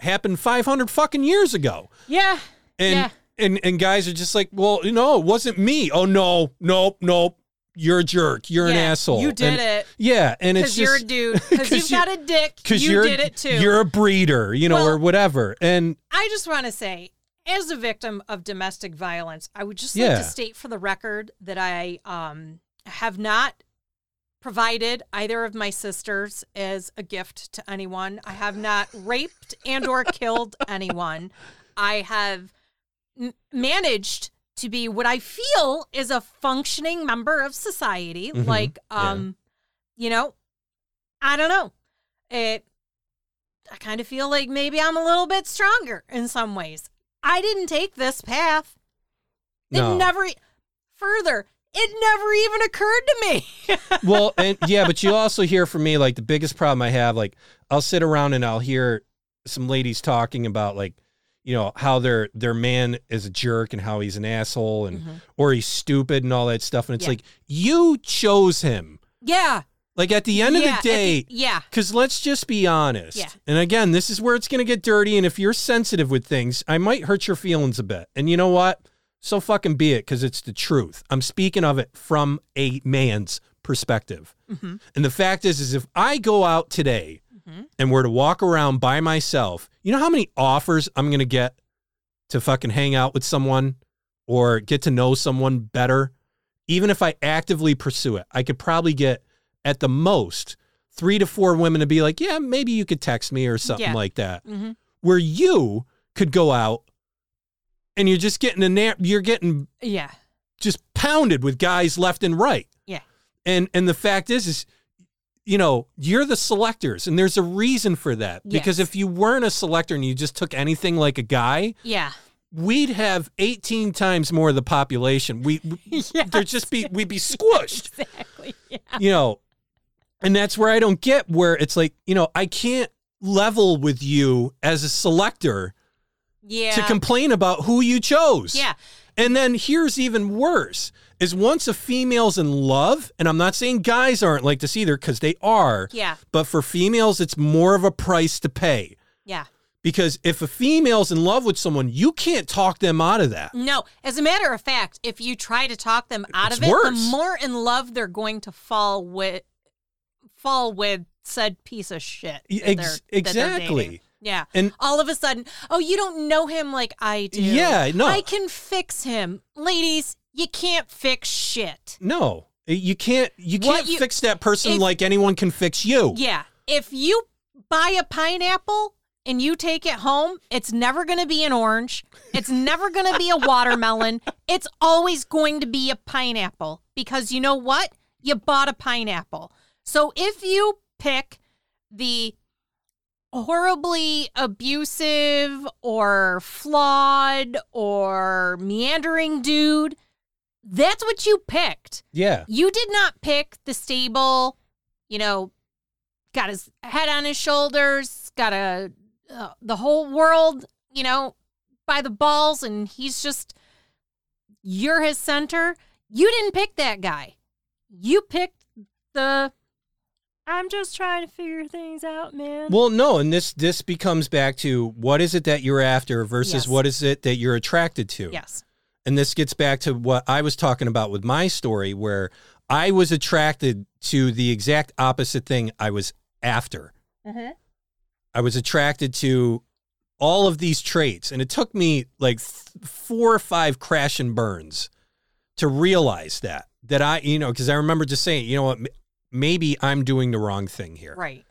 S1: happened 500 fucking years ago
S2: Yeah.
S1: and
S2: Yeah.
S1: and and guys are just like well you know it wasn't me oh no nope nope you're a jerk you're an
S2: yeah.
S1: asshole
S2: You did
S1: And-
S2: it.
S1: yeah and it's
S2: Because
S1: just
S2: you're a dude. Because
S1: 'cause
S2: you've
S1: you-
S2: got a dick.
S1: because
S2: you
S1: are
S2: did it too.
S1: you're a breeder you know or
S2: Well-
S1: whatever and
S2: I just want to say, as a victim of domestic violence, I would just like
S1: Yeah.
S2: to state for the record that I um, have not provided either of my sisters as a gift to anyone. I have not raped and or killed anyone. I have m- managed to be what I feel is a functioning member of society.
S1: Mhm.
S2: Like,
S1: Yeah.
S2: um, you know, I don't know. It, I kind of feel like maybe I'm a little bit stronger in some ways. I didn't take this path. It
S1: No.
S2: never e-, further. It never even occurred to me.
S1: well, and yeah, but you also hear from me like the biggest problem I have. Like I'll sit around and I'll hear some ladies talking about like, you know, how their their man is a jerk and how he's an asshole and or he's stupid and all that stuff. And it's
S2: Mm-hmm. Yeah.
S1: like you chose him.
S2: yeah.
S1: Like at the end
S2: yeah,
S1: of
S2: at
S1: the day,
S2: yeah.
S1: because let's just be honest.
S2: Yeah.
S1: And again, this is where it's going to get dirty. And if you're sensitive with things, I might hurt your feelings a bit. And you know what? So fucking be it because it's the truth. I'm speaking of it from a man's perspective.
S2: Mm-hmm.
S1: And the fact is, is if I go out today and were to walk around by myself, you know how many offers I'm going to get to fucking hang out with someone or get to know someone better? Even if I actively pursue it, I could probably get at the most three to four women to be like, yeah, maybe you could text me or something
S2: Yeah.
S1: like that.
S2: Mm-hmm.
S1: Where you could go out and you're just getting a na- you're getting
S2: Yeah.
S1: just pounded with guys left and right.
S2: Yeah.
S1: And and the fact is is you know, you're the selectors and there's a reason for that. Because
S2: Yes.
S1: if you weren't a selector and you just took anything like a guy,
S2: Yeah.
S1: we'd have 18 times more of the population. We there'd just be we'd be squished
S2: Exactly. Yeah.
S1: you know, and that's where I don't get where it's like, you know, I can't level with you as a selector
S2: Yeah.
S1: to complain about who you chose.
S2: yeah.
S1: And then here's even worse is once a female's in love, and I'm not saying guys aren't like this either because they are,
S2: Yeah.
S1: but for females, it's more of a price to pay.
S2: Yeah.
S1: Because if a female's in love with someone, you can't talk them out of that.
S2: No. As a matter of fact, if you try to talk them out
S1: It's
S2: of it,
S1: worse.
S2: the more in love they're going to fall with fall with said piece of shit.
S1: Y-
S2: that they're-
S1: ex-
S2: that they're dating.
S1: exactly.
S2: Yeah.
S1: And-
S2: all of a sudden, oh, you don't know him like I do.
S1: Yeah, no.
S2: I can fix him. Ladies, you can't fix shit.
S1: No, you can't. You
S2: What
S1: can't
S2: you-
S1: fix that person
S2: if-
S1: like anyone can fix you.
S2: Yeah. If you buy a pineapple and you take it home, it's never going to be an orange. It's never going to be a watermelon. It's always going to be a pineapple because you know what? You bought a pineapple. So if you pick the horribly abusive or flawed or meandering dude, that's what you picked.
S1: Yeah.
S2: You did not pick the stable, you know, got his head on his shoulders, got a uh, the whole world, you know, by the balls and he's just you're his center. You didn't pick that guy. You picked the I'm just trying to figure things out, man.
S1: Well, no, and this this becomes back to what is it that you're after versus
S2: Yes.
S1: what is it that you're attracted to.
S2: yes.
S1: And this gets back to what I was talking about with my story where I was attracted to the exact opposite thing I was after.
S2: Mm-hmm.
S1: I was attracted to all of these traits and it took me like th- four or five crash and burns to realize that that I, you know, cuz I remember just saying, you know what, m- maybe I'm doing the wrong thing here.
S2: Right.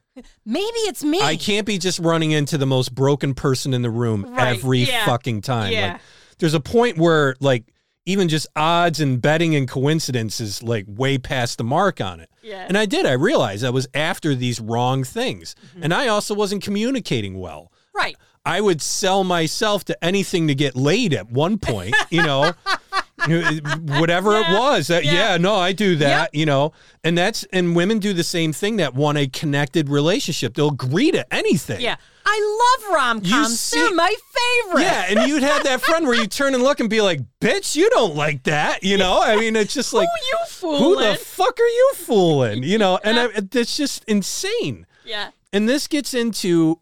S2: Maybe it's me.
S1: I can't be just running into the most broken person in the room
S2: Right,
S1: every
S2: yeah,
S1: fucking time.
S2: yeah.
S1: Like there's a point where like even just odds and betting and coincidence is like way past the mark on it.
S2: Yeah.
S1: And I did. I realized I was after these wrong things.
S2: Mm-hmm.
S1: And I also wasn't communicating well.
S2: right.
S1: I would sell myself to anything to get laid at one point, you know. whatever it
S2: Yeah,
S1: was that, yeah.
S2: yeah.
S1: no i do that you know and that's and women do the same thing that want a connected relationship they'll agree to anything
S2: Yeah. I love rom coms.
S1: see-
S2: They're my favorite.
S1: yeah and you'd have that friend where you turn and look and be like bitch you don't like that you know i mean it's just like
S2: Who you fooling?
S1: who the fuck are you fooling you know and I, that's just insane
S2: yeah.
S1: and this gets into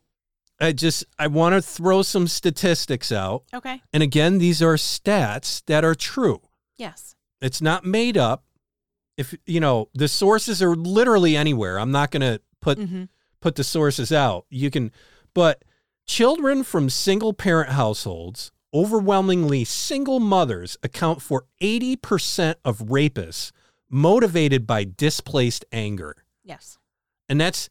S1: i just i want to throw some statistics out
S2: Okay.
S1: And again, these are stats that are true.
S2: Yes.
S1: It's not made up. If you know, the sources are literally anywhere. I'm not going to put
S2: Mhm.
S1: put the sources out. You can but children from single parent households, overwhelmingly single mothers account for 80% of rapists motivated by displaced anger.
S2: Yes.
S1: And that's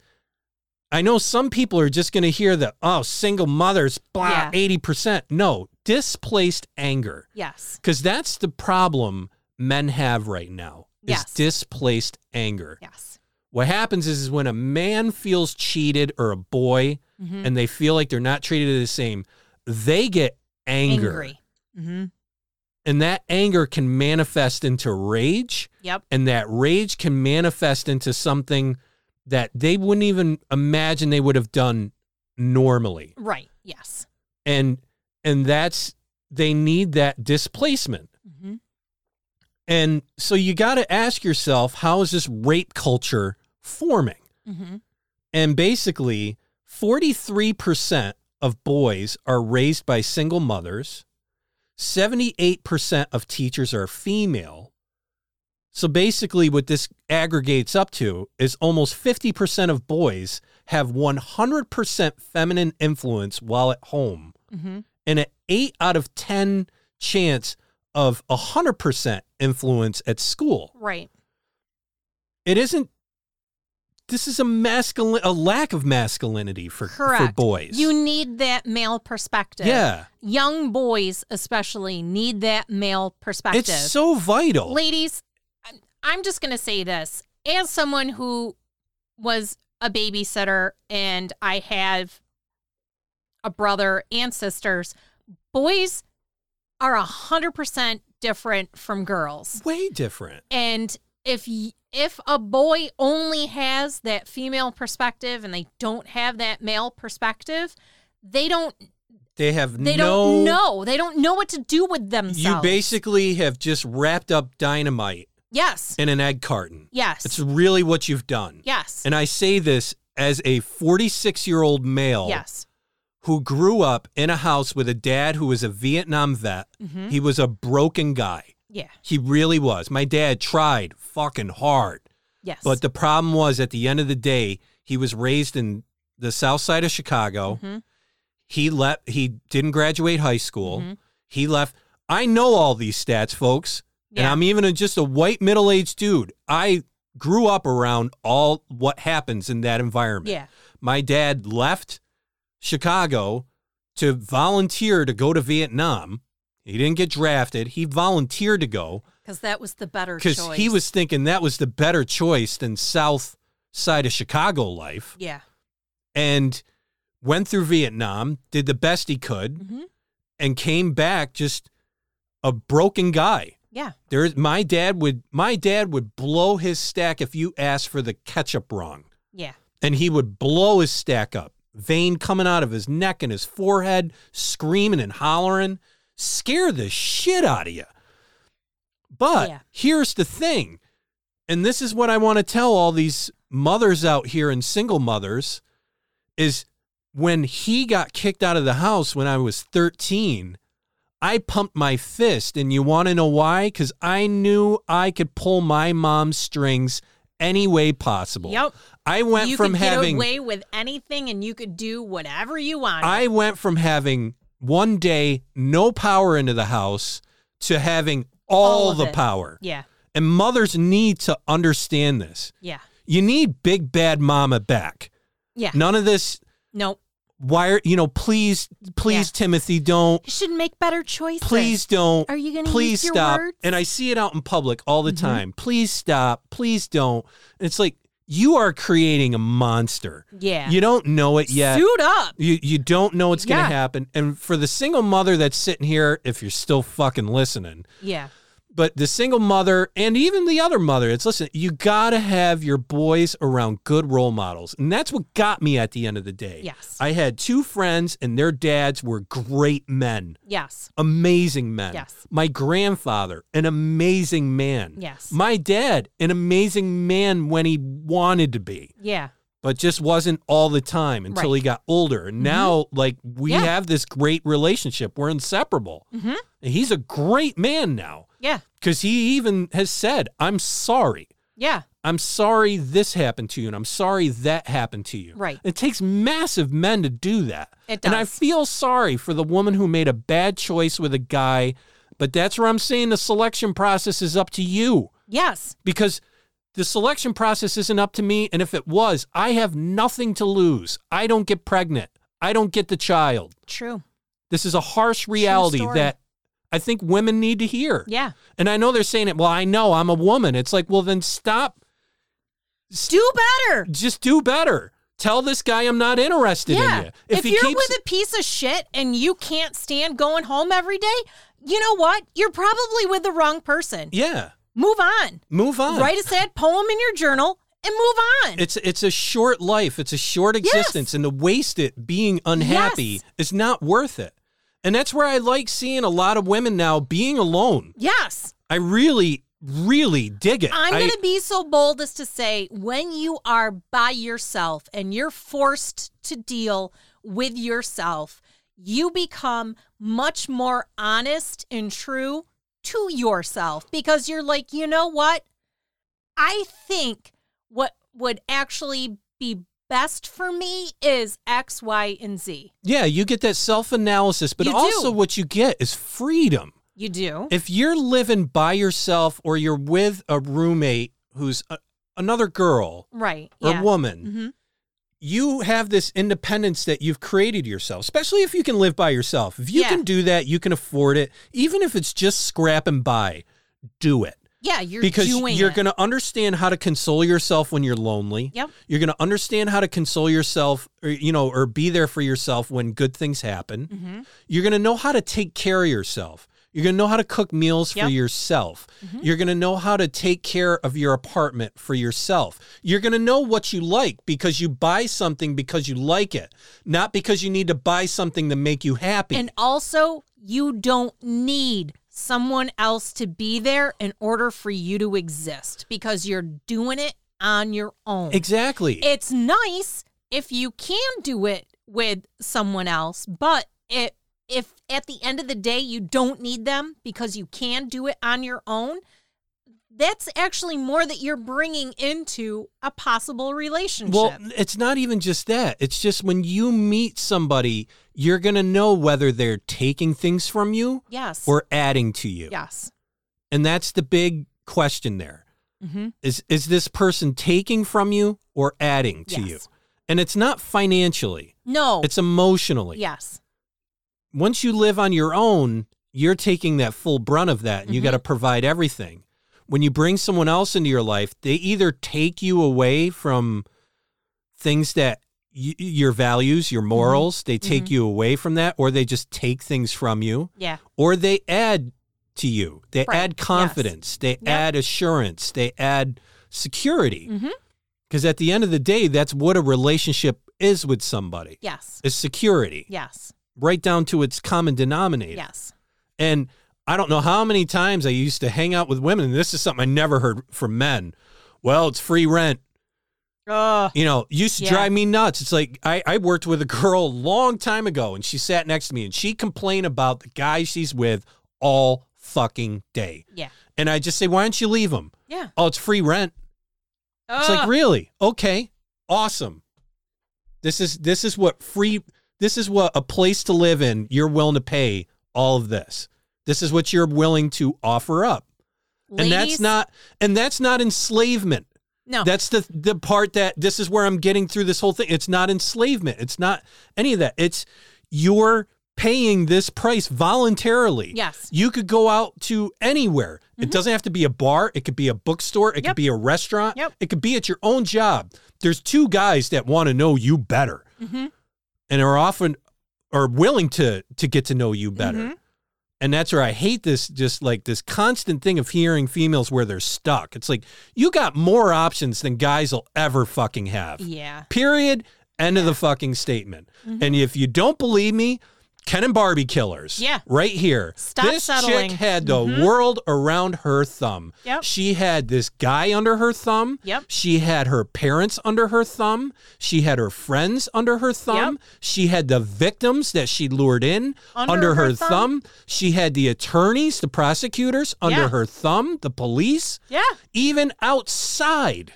S1: I know some people are just going to hear the oh, single mothers blah
S2: Yeah.
S1: 80%. No, displaced anger.
S2: Yes.
S1: Because that's the problem men have right now is
S2: Yes.
S1: displaced anger.
S2: Yes.
S1: What happens is, is when a man feels cheated or a boy
S2: Mhm.
S1: and they feel like they're not treated the same, they get anger.
S2: Angry. Mm-hmm.
S1: And that anger can manifest into rage.
S2: Yep.
S1: And that rage can manifest into something that they wouldn't even imagine they would have done normally.
S2: Right. Yes.
S1: And and that's they need that displacement.
S2: Mm-hmm.
S1: And so you got to ask yourself, how is this rape culture forming?
S2: Mm-hmm.
S1: And basically, 43% of boys are raised by single mothers, 78% of teachers are female. So basically, what this aggregates up to is almost 50% of boys have 100% feminine influence while at home
S2: Mm-hmm.
S1: and an eight out of 10 chance of 100% influence at school.
S2: Right.
S1: It isn't, this is a masculine, a lack of masculinity for, for
S2: Correct.
S1: boys.
S2: You need that male perspective.
S1: yeah.
S2: Young boys, especially, need that male perspective.
S1: It's so vital.
S2: Ladies, I'm- I'm just going to say this. As someone who was a babysitter and I have a brother and sisters, boys are 100% different from girls.
S1: Way different.
S2: And if y- if a boy only has that female perspective and they don't have that male perspective, they don't
S1: They have
S2: they
S1: no
S2: don't know. They don't know what to do with
S1: You
S2: themselves.
S1: basically have just wrapped up dynamite
S2: yes.
S1: in an egg carton.
S2: Yes.
S1: It's really what you've done.
S2: yes.
S1: And I say this as a 46 year old male
S2: yes.
S1: who grew up in a house with a dad who was a Vietnam vet.
S2: Mhm.
S1: He was a broken guy.
S2: Yeah.
S1: He really was. My dad tried fucking hard.
S2: Yes.
S1: But the problem was at the end of the day, he was raised in the south side of Chicago.
S2: Mhm.
S1: He left he didn't graduate high school.
S2: Mm-hmm.
S1: He left I know all these stats, folks. And
S2: Yeah.
S1: I'm even a, just a white middle-aged dude. I grew up around all what happens in that environment.
S2: yeah.
S1: My dad left Chicago to volunteer to go to Vietnam. He didn't get drafted. He volunteered to go
S2: Because that was the better choice.
S1: because he was thinking that was the better choice than south side of chicago life
S2: Yeah.
S1: and went through vietnam did the best he could
S2: Mhm.
S1: and came back just a broken guy
S2: Yeah.
S1: there's my dad would my dad would blow his stack if you asked for the ketchup wrong
S2: Yeah.
S1: and he would blow his stack up vein coming out of his neck and his forehead screaming and hollering scare the shit out of you but
S2: Yeah.
S1: here's the thing and this is what i want to tell all these mothers out here and single mothers is when he got kicked out of the house when i was 13 i pumped my fist and you want to know why because i knew i could pull my mom's strings any way possible
S2: Yep.
S1: I went
S2: you
S1: from
S2: could
S1: having
S2: get away with anything and you could do whatever you wanted.
S1: I went from having one day no power into the house to having all,
S2: All of
S1: the
S2: it.
S1: power.
S2: yeah.
S1: And mothers need to understand this.
S2: Yeah.
S1: You need big bad mama back.
S2: Yeah.
S1: None of this
S2: No.
S1: wire, you know, please please Timothy don't.
S2: You should make better choices.
S1: Please don't.
S2: Are you going to
S1: please
S2: use your
S1: stop.
S2: words? Mm-hmm.
S1: And I see it out in public all the time. Please stop. Please don't. And it's like you are creating a monster.
S2: yeah.
S1: You don't know it yet.
S2: Suit up.
S1: You you don't know what's
S2: Yeah.
S1: gonna happen. And for the single mother that's sitting here, if you're still fucking listening,
S2: Yeah.
S1: but the single mother and even the other mother, it's listen, you gotta have your boys around good role models. And that's what got me at the end of the day.
S2: Yes.
S1: I had two friends and their dads were great men.
S2: Yes.
S1: Amazing men.
S2: Yes.
S1: My grandfather, an amazing man.
S2: Yes.
S1: My dad, an amazing man when he wanted to be
S2: Yeah.
S1: but just wasn't all the time until
S2: Right. Mm-hmm.
S1: he got older. And now, like, we
S2: Yeah.
S1: have this great relationship. We're inseparable.
S2: Mhm.
S1: And he's a great man now
S2: Yeah.
S1: because he even has said, I'm sorry.
S2: Yeah.
S1: I'm sorry this happened to you, and I'm sorry that happened to you.
S2: Right.
S1: It takes massive men to do that.
S2: It
S1: And I
S2: does.
S1: feel sorry for the woman who made a bad choice with a guy, but that's where I'm saying the selection process is up to you
S2: Yes.
S1: because the selection process isn't up to me. And if it was, I have nothing to lose. I don't get pregnant. I don't get the child.
S2: True.
S1: This is a harsh reality
S2: story.
S1: that I think women need to hear.
S2: Yeah.
S1: And I know they're saying it, well, I know I'm a woman. It's like, well, then stop.
S2: Do better.
S1: Just do better. Tell this guy I'm not interested
S2: Yeah.
S1: in you.
S2: If, you're with a piece of shit and you can't stand going home every day, you know what? You're probably with the wrong person.
S1: yeah,
S2: Move on.
S1: move on.
S2: Write a sad poem in your journal and move on.
S1: It's it's a short life. It's a short existence, and to waste it being unhappy
S2: Yes.
S1: is not worth it. And that's where I like seeing a lot of women now being alone.
S2: yes.
S1: I really, really dig it.
S2: I'm
S1: I-
S2: going to be so bold as to say when you are by yourself and you're forced to deal with yourself, you become much more honest and true to yourself because you're like, you know what? I think what would actually be best for me is X, Y, and Z.
S1: yeah, you get that self analysis, but
S2: You do.
S1: also what you get is freedom.
S2: You do?
S1: If you're living by yourself or you're with a roommate who's a, another girl
S2: Right.
S1: or
S2: yeah.
S1: woman,
S2: hmm
S1: you have this independence that you've created yourself, especially if you can live by yourself. If you
S2: Yeah.
S1: can do that, you can afford it. Even if it's just scrapping by, do it.
S2: Yeah, you're
S1: because
S2: doing
S1: you're
S2: it.
S1: going to understand how to console yourself when you're lonely.
S2: Yep.
S1: You're going to understand how to console yourself or you know or be there for yourself when good things happen.
S2: Mhm.
S1: You're going to know how to take care of yourself. You're going to know how to cook meals for
S2: Yep.
S1: yourself.
S2: Mhm.
S1: You're going to know how to take care of your apartment for yourself. You're going to know what you like because you buy something because you like it, not because you need to buy something to make you happy.
S2: And also, you don't need someone else to be there in order for you to exist because you're doing it on your own.
S1: exactly.
S2: It's nice if you can do it with someone else, but it, if at the end of the day you don't need them because you can do it on your own, that's actually more that you're bringing into a possible relationship.
S1: Well, it's not even just that. It's just when you meet somebody, you're going to know whether they're taking things from you
S2: yes.
S1: or adding to you.
S2: yes.
S1: And that's the big question there.
S2: Mm-hmm.
S1: Is is this person taking from you or adding to you?
S2: Yes. Oh.
S1: And it's not financially.
S2: No.
S1: It's emotionally.
S2: yes.
S1: Once you live on your own, you're taking that full brunt of that and you
S2: Mhm.
S1: got to provide everything. When you bring someone else into your life, they either take you away from things that y- your values, your
S2: Mm-hmm.
S1: morals, they take you away from that or they just take things from you
S2: Yeah.
S1: or they add to you. They
S2: Right.
S1: add confidence. They
S2: Yep.
S1: add assurance. They add security.
S2: Mhm.
S1: Because at the end of the day, that's what a relationship is with somebody
S2: Yes.
S1: is security,
S2: Yes.
S1: right down to its common denominator.
S2: Yes.
S1: And I don't know how many times I used to hang out with women, and this is something I never heard from men. Well, it's free rent.
S2: Uh,
S1: You know, it used to
S2: Yeah.
S1: drive me nuts. It's like I, I worked with a girl a long time ago and she sat next to me and she complained about the guy she's with all fucking day.
S2: yeah.
S1: And I just say, why don't you leave him?
S2: Yeah.
S1: Oh, it's free rent. It's like
S2: Ugh.
S1: really? Okay. Awesome. This is this is what free this is what a place to live in you're willing to pay all of this. This is what you're willing to offer up. And that's
S2: Ladies,
S1: not and that's not enslavement.
S2: no.
S1: That's the the part that this is where I'm getting through this whole thing. It's not enslavement. It's not any of that. It's you're paying this price voluntarily.
S2: Yes. Mm-hmm.
S1: You could go out to anywhere. It doesn't have to be a bar. It could be a bookstore. It could
S2: Yep.
S1: be a restaurant.
S2: Yep.
S1: It could be at your own job. There's two guys that want to know you better
S2: Mhm.
S1: and are often are willing to to get to know you better.
S2: Mhm.
S1: And that's where I hate this just like this constant thing of hearing females where they're stuck. It's like you got more options than guys will ever fucking have.
S2: Yeah.
S1: Period. End of the fucking statement.
S2: Mm-hmm.
S1: And if you don't believe me, Ken and Barbie killers.
S2: Yeah.
S1: Right here.
S2: Stop
S1: this
S2: settling. Mm-hmm.
S1: chick had the world around her thumb.
S2: Yep.
S1: She had this guy under her thumb.
S2: Yep.
S1: She had her parents under her thumb. She had her friends under her thumb. She had the victims that she lured in under, her, thumb. She had the attorneys, the prosecutors under
S2: Yeah.
S1: her thumb, the police,
S2: Yeah.
S1: even outside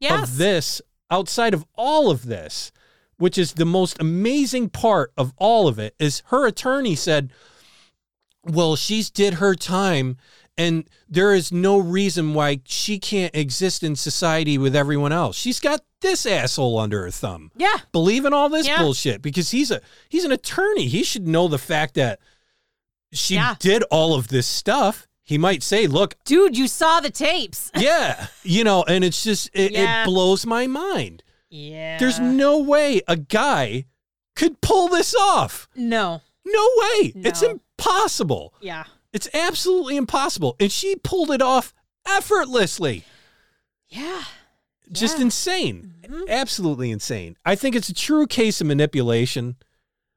S2: Yes.
S1: of this, outside of all of this, which is the most amazing part of all of it, is her attorney said, Well, she's did her time, and there is no reason why she can't exist in society with everyone else. She's got this asshole under her thumb.
S2: yeah.
S1: Believe in all this
S2: Yeah.
S1: bullshit because he's a he's an attorney. He should know the fact that she
S2: Yeah.
S1: did all of this stuff. He might say, "Look,
S2: Dude, you saw the tapes.
S1: yeah, you know," and it's just it,
S2: Yeah.
S1: it blows my mind.
S2: Yeah.
S1: There's no way a guy could pull this off.
S2: no.
S1: No way. It's
S2: No.
S1: impossible.
S2: Yeah.
S1: It's absolutely impossible. And she pulled it off effortlessly.
S2: Yeah.
S1: Just
S2: Yeah. Mm-hmm.
S1: insane. Absolutely insane. I think it's a true case of manipulation.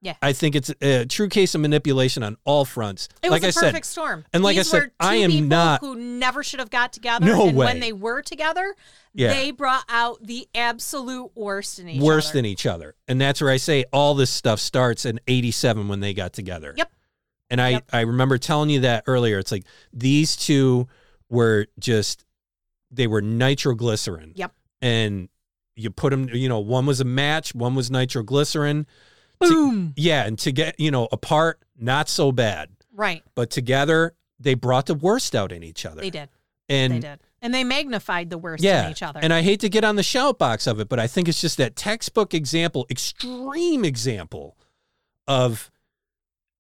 S2: Yeah.
S1: I think it's a true case of manipulation on all fronts.
S2: It was
S1: like
S2: a
S1: I said,
S2: perfect storm.
S1: and like I
S2: These
S1: said,
S2: were two
S1: I am
S2: people
S1: not-
S2: who never should have got together.
S1: No
S2: and
S1: way.
S2: when they were together,
S1: Yeah.
S2: they brought out the absolute worst in each
S1: worse
S2: other.
S1: than each other. And that's where I say all this stuff starts in 87 when they got together.
S2: Yep.
S1: And I,
S2: Yep.
S1: I remember telling you that earlier. It's like these two were just, they were nitroglycerin.
S2: Yep.
S1: And you put them, you know, one was a match, one was nitroglycerin.
S2: boom.
S1: Yeah. And to get, you know, apart, not so bad.
S2: Right.
S1: But together, they brought the worst out in each other.
S2: They did.
S1: And
S2: they did. And they magnified the worst in each other.
S1: and I hate to get on the shout box of it, but I think it's just that textbook example, extreme example of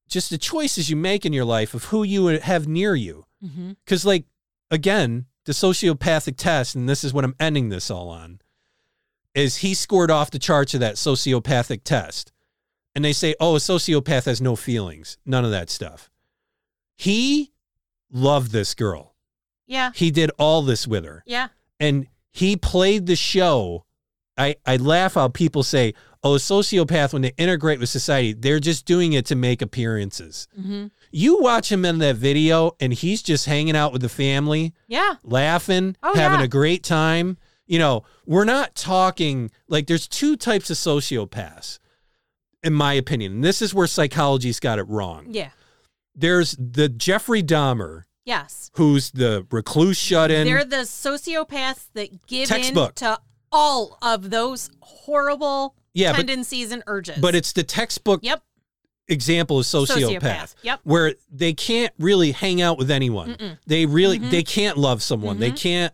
S1: just the choices you make in your life of who you have near you.
S2: mm-hmm.
S1: Because, like, again, the sociopathic test, and this is what I'm ending this all on, is he scored off the charts of that sociopathic test. And they say, oh, a sociopath has no feelings, none of that stuff. He loved this girl.
S2: Yeah.
S1: He did all this with her.
S2: Yeah.
S1: And he played the show. I, I laugh how people say, oh, a sociopath, when they integrate with society, they're just doing it to make appearances.
S2: hmm
S1: You watch him in that video, and he's just hanging out with the family
S2: Yeah.
S1: laughing,
S2: Oh,
S1: having
S2: yeah.
S1: a great time. You know, we're not talking like there's two types of sociopaths, in my opinion. And this is where psychology's got it wrong.
S2: Yeah.
S1: There's the Jeffrey Dahmer,
S2: Yes.
S1: who's the recluse shut
S2: They're
S1: in.
S2: the sociopaths that give
S1: Textbook.
S2: in to all of those horrible
S1: Yeah, but,
S2: tendencies and urges.
S1: but it's the textbook
S2: yep.
S1: example of sociopath,
S2: Sociopath. Yep.
S1: where they can't really hang out with anyone.
S2: Mm-mm.
S1: They really
S2: Mhm.
S1: they can't love someone. They
S2: Mhm.
S1: can't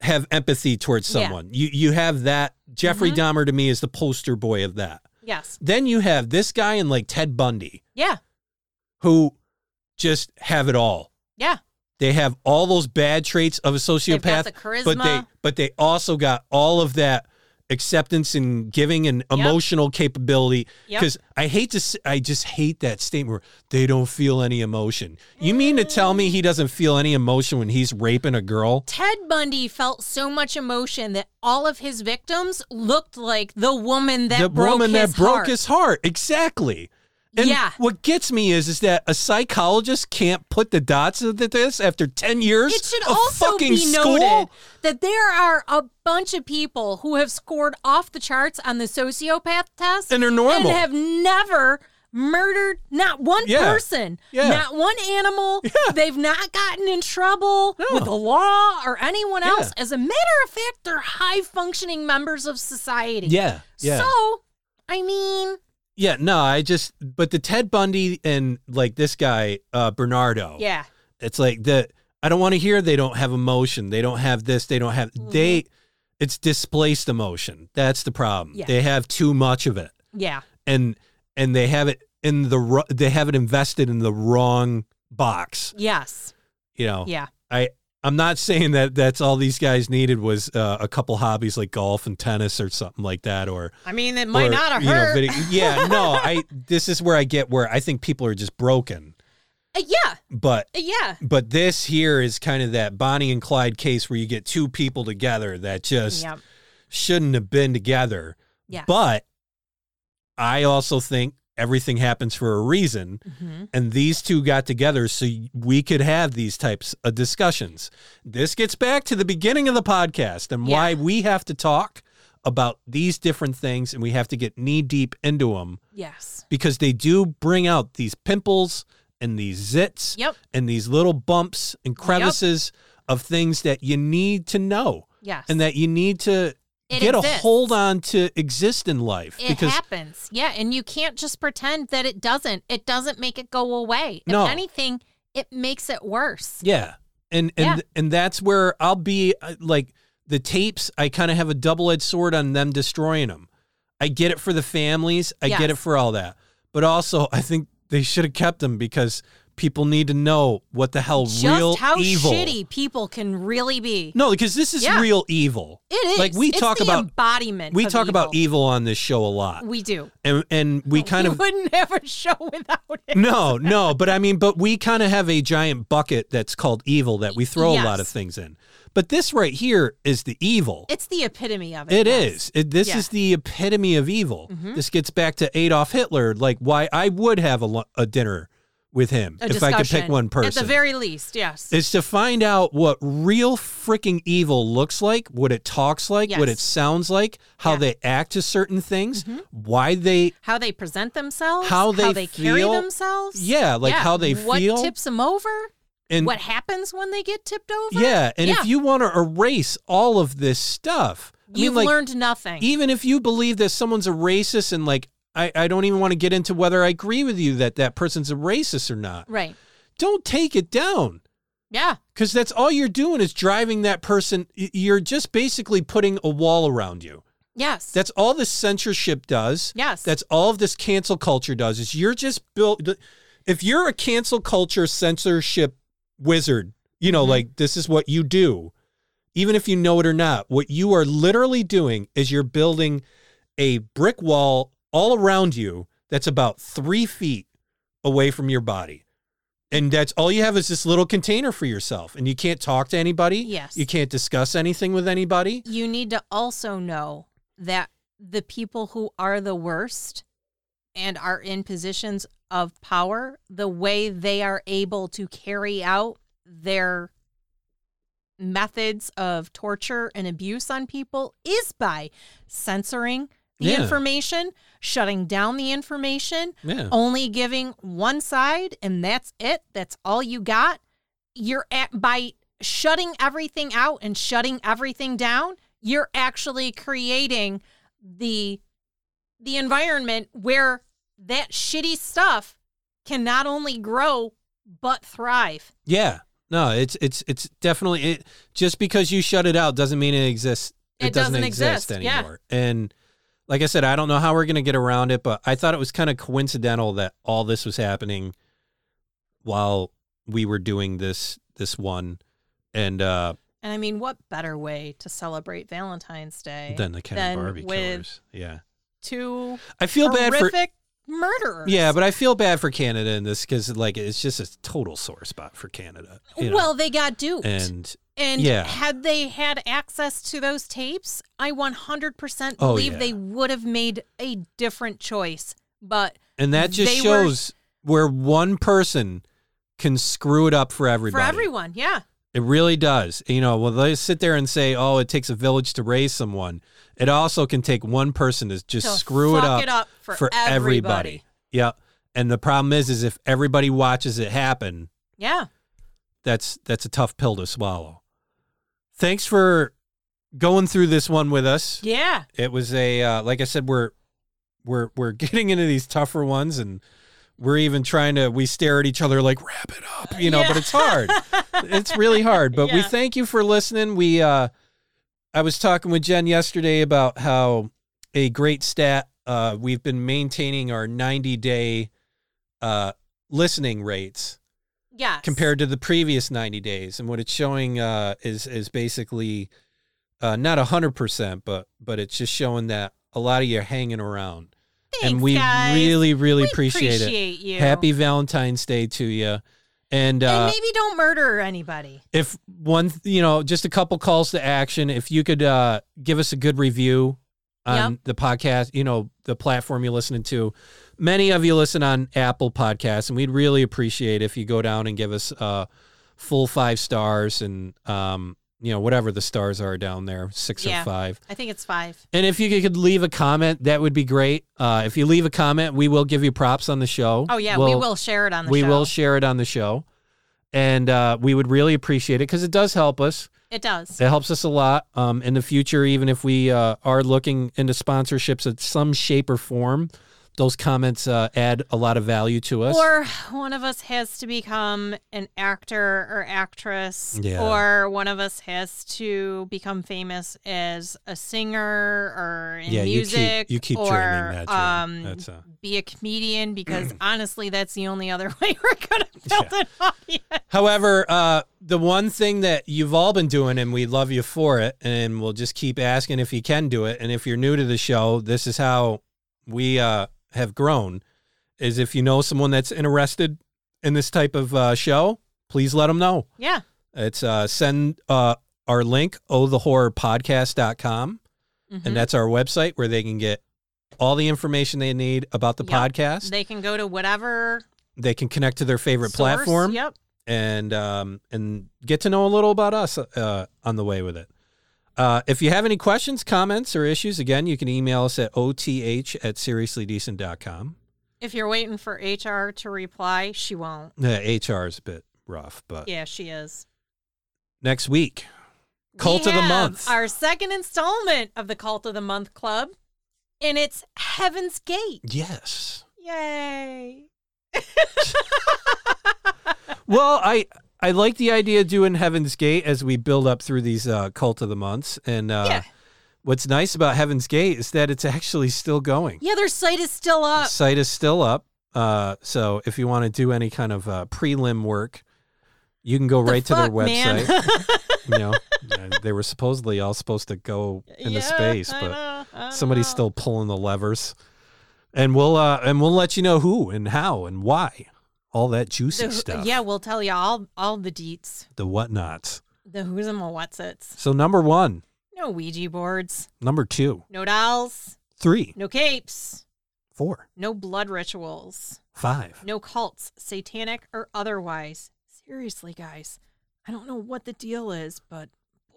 S1: have empathy towards
S2: Yeah.
S1: someone. You you have that Jeffrey
S2: Mhm.
S1: Dahmer to me is the poster boy of that.
S2: Yes.
S1: then you have this guy and like Ted Bundy
S2: Yeah.
S1: who just have it all.
S2: Yeah.
S1: They have all those bad traits of a
S2: They've got
S1: sociopath,
S2: the charisma.
S1: but they but they also got all of that acceptance and giving and emotional capability
S2: Yep.
S1: cuz I hate to s- I just hate that statement where they don't feel any emotion. You mean to tell me
S2: Mm.
S1: he doesn't feel any emotion when he's raping a girl?
S2: Ted Bundy felt so much emotion that all of his victims looked like the woman that
S1: the
S2: broke
S1: woman
S2: his
S1: that broke
S2: heart.
S1: his heart. Exactly. And
S2: Yeah.
S1: what gets me is is that a psychologist can't put the dots into this after ten years
S2: It should
S1: of
S2: also
S1: fucking
S2: be
S1: school.
S2: noted that there are a bunch of people who have scored off the charts on the sociopath test
S1: And they're normal.
S2: and have never murdered not one
S1: Yeah.
S2: person,
S1: Yeah.
S2: not one animal. They've not gotten in trouble with the law or anyone else. As a matter of fact, they're high functioning members of society.
S1: Yeah, yeah,
S2: So, I mean,
S1: yeah. No, I just but the Ted Bundy and like this guy uh, Bernardo.
S2: yeah,
S1: it's like the I don't want to hear they don't have emotion. They don't have this. They don't have they. It's displaced emotion. That's the problem.
S2: Mm-hmm. Yeah.
S1: They have too much of it,
S2: yeah,
S1: and and they have it in the ru- they have it invested in the wrong box.
S2: yes,
S1: You know.
S2: yeah,
S1: I I'm not saying that that's all these guys needed was uh, a couple hobbies like golf and tennis or something like that or
S2: I mean, it might
S1: or,
S2: not have
S1: you know,
S2: hurt.
S1: video- yeah, no, I this is where I get where I think people are just broken.
S2: Uh, yeah,
S1: But
S2: uh, yeah.
S1: but this here is kind of that Bonnie and Clyde case where you get two people together that just
S2: Yep.
S1: shouldn't have been together.
S2: Yeah.
S1: But I also think everything happens for a reason.
S2: Mm-hmm.
S1: and these two got together so we could have these types of discussions. This gets back to the beginning of the podcast and
S2: Yeah.
S1: why we have to talk about these different things and we have to get knee deep into them
S2: Yes.
S1: because they do bring out these pimples and these zits
S2: Yep.
S1: and these little bumps and crevices of things that you need to know
S2: Yes.
S1: and that you need to
S2: It
S1: get a
S2: exists.
S1: hold on to exist in life
S2: It
S1: because
S2: happens. Yeah. And you can't just pretend that it doesn't. It doesn't make it go away. If
S1: No.
S2: anything, it makes it worse.
S1: Yeah. And and
S2: Yeah.
S1: and that's where I'll be uh, like the tapes I kind of have a double-edged sword on them destroying them. I get it for the families, I get
S2: Yes.
S1: it for all that. But also I think they should have kept them because people need to know what the hell
S2: Just
S1: real
S2: how
S1: evil.
S2: shitty people can really be.
S1: No, because this is
S2: Yeah.
S1: real evil.
S2: It is.
S1: Like, we
S2: It's
S1: talk
S2: the
S1: about-
S2: embodiment.
S1: We
S2: of
S1: talk about
S2: evil.
S1: evil on this show a lot.
S2: We do.
S1: And and we kind
S2: we
S1: of Mm.
S2: wouldn't have a show without it.
S1: No, no, but I mean, but we kind of have a giant bucket that's called evil that we throw a lot
S2: Yes.
S1: of things in. But this right here is the evil.
S2: It's the epitome of it.
S1: It
S2: yes.
S1: is. It, this
S2: Yeah. Mm-hmm.
S1: is the epitome of evil. This gets back to Adolf Hitler, like why I would have a, lu- a dinner with him
S2: A
S1: if I could pick
S2: discussion,
S1: one
S2: At the
S1: person.
S2: very least, yes.
S1: is to find out what real freaking evil looks like, what it talks like, what
S2: Yes.
S1: it sounds like, how
S2: Yeah. Mm-hmm.
S1: they act to certain things, why they,
S2: how they present themselves,
S1: How they
S2: carry
S1: feel.
S2: themselves.
S1: yeah, like how they
S2: what
S1: feel.
S2: tips them over?
S1: and
S2: what happens when they get tipped over?
S1: yeah, and
S2: Yeah.
S1: if you want to erase all of this stuff, I
S2: You've
S1: mean, like, e
S2: learned nothing.
S1: even if you believe that someone's a racist and like I, I don't even want to get into whether I agree with you that that person's a racist or not.
S2: right.
S1: Don't take it down
S2: Yeah.
S1: because that's all you're doing is driving that person. y- You're just basically putting a wall around you.
S2: Yes.
S1: That's all this censorship does.
S2: yes.
S1: That's all of this cancel culture does is you're just built. If you're a cancel culture censorship wizard, you know,
S2: Mhm.
S1: like this is what you do, even if you know it or not, what you are literally doing is you're building a brick wall all around you that's about three feet away from your body. and that's all you have is this little container for yourself and you can't talk to anybody
S2: Yes.
S1: you can't discuss anything with anybody
S2: you need to also know that the people who are the worst and are in positions of power, the way they are able to carry out their methods of torture and abuse on people is by censoring the
S1: Yeah.
S2: information, shutting down the information,
S1: yeah
S2: only giving one side and that's it that's all you got you're at by shutting everything out and shutting everything down you're actually creating the the environment where that shitty stuff can not only grow but thrive
S1: yeah no it's it's it's definitely it just because you shut it out doesn't mean it exists it,
S2: It
S1: doesn't,
S2: doesn't
S1: exist,
S2: exist, yeah.
S1: anymore and like i said i don't know how we're going to get around it but i thought it was kind of coincidental that all this was happening while we were doing this this one and uh
S2: and i mean what better way to celebrate valentine's day
S1: then the Ken
S2: Then
S1: Barbie
S2: with-
S1: killers yeah
S2: two
S1: i feel bad for
S2: horrific murderers
S1: Yeah, but I feel bad for Canada in this because like it's just a total sore spot for Canada. you know?
S2: well they got duped
S1: and
S2: And
S1: Yeah.
S2: had they had access to those tapes, I 100% believe
S1: Oh, yeah.
S2: they would have made a different choice. But
S1: and that just
S2: they were-
S1: shows where one person can screw it up for everybody.
S2: for everyone, yeah.
S1: It really does. You know, well they sit there and say, "Oh, it takes a village to raise someone." It also can take one person to just
S2: to
S1: screw
S2: fuck
S1: it up,
S2: it up for,
S1: everybody.
S2: everybody.
S1: Yeah. And the problem is is if everybody watches it happen,
S2: Yeah.
S1: that's that's a tough pill to swallow. Thanks for going through this one with us.
S2: Yeah.
S1: it was a uh, like I said, we're we're we're getting into these tougher ones, and we're even trying to we stare at each other like wrap it up, you know.
S2: Yeah.
S1: But it's hard. it's really hard. But we
S2: Yeah.
S1: thank you for listening. We uh, I was talking with Jen yesterday about how a great stat. Uh, we've been maintaining our 90 day uh, listening rates
S2: Yes.
S1: compared to the previous 90 days and what it's showing uh, is is basically uh, not 100% but but it's just showing that a lot of you are hanging around
S2: Thanks,
S1: and we
S2: guys.
S1: really really
S2: We
S1: appreciate, it
S2: appreciate you.
S1: happy valentine's day to you and, uh,
S2: And maybe don't murder anybody.
S1: if one you know just a couple calls to action if you could uh give us a good review on the podcast you know the platform you're listening to many of you listen on apple podcasts and we'd really appreciate if you go down and give us uh full five stars and um you know whatever the stars are down there six or
S2: Yeah.
S1: five
S2: I think it's five.
S1: and if you could leave a comment that would be great uh if you leave a comment we will give you props on the show
S2: Oh, yeah. we
S1: We'll-
S2: will share it on the
S1: we
S2: show.
S1: will share it on the show and uh, we would really appreciate it because it does help us
S2: It does.
S1: it helps us a lot um, in the future even if we uh, are looking into sponsorships of some shape or form those comments uh, add a lot of value to us
S2: Or one of us has to become an actor or actress,
S1: Yeah.
S2: or one of us has to become famous as a singer or in
S1: yeah
S2: music.
S1: you keep you keep
S2: or,
S1: dreaming that Jen.
S2: Um,
S1: That's, uh,
S2: be a comedian because honestly, that's the only other way we're going to build an audience.
S1: however uh, the one thing that you've all been doing and we love you for it and we'll just keep asking if you can do it and if you're new to the show this is how we uh, have grown is if you know someone that's interested in this type of uh, show, please let them know.
S2: Yeah,
S1: It's uh, send uh, our link, ohthehorrorpodcast.com,
S2: Mhm.
S1: and that's our website where they can get all the information they need about the
S2: Yep.
S1: podcast.
S2: they can go to whatever
S1: They can connect to their favorite
S2: source.
S1: platform
S2: Yep.
S1: and um, and get to know a little about us uh, on the way with it. Uh, if you have any questions, comments, or issues, again, you can email us at oth at seriouslydecent.com.
S2: If you're waiting for HR to reply, she won't.
S1: Yeah, HR Uh, is a bit rough, but
S2: Yeah, she is.
S1: next week, Cult
S2: We
S1: of the
S2: have
S1: month.
S2: Our second installment of the Cult of the Month Club, and it's Heaven's Gate.
S1: yes.
S2: Yay!
S1: Well, I I like the idea of doing Heaven's Gate as we build up through these uh, Cult of the Months, and uh,
S2: Yeah.
S1: what's nice about Heaven's Gate is that it's actually still going.
S2: Yeah, their site is still
S1: The
S2: up.
S1: site is still up, uh, so if you want to do any kind of uh, prelim work, you can go
S2: The
S1: right to their
S2: fuck, man.
S1: website. you know, And they were supposedly all supposed to go into
S2: Yeah,
S1: space,
S2: I
S1: but.
S2: know, I
S1: somebody's
S2: know.
S1: still pulling the levers and we'll uh and we'll let you know who and how and why all that juicy
S2: The-
S1: stuff.
S2: Yeah, we'll tell you all all the deets,
S1: The whatnots.
S2: the who's and the what's it's.
S1: So number one,
S2: No Ouija boards,
S1: number two,
S2: no dolls,
S1: three,
S2: no capes,
S1: four,
S2: no blood rituals,
S1: five.
S2: no cults, satanic or otherwise. Seriously, guys, I don't know what the deal is, but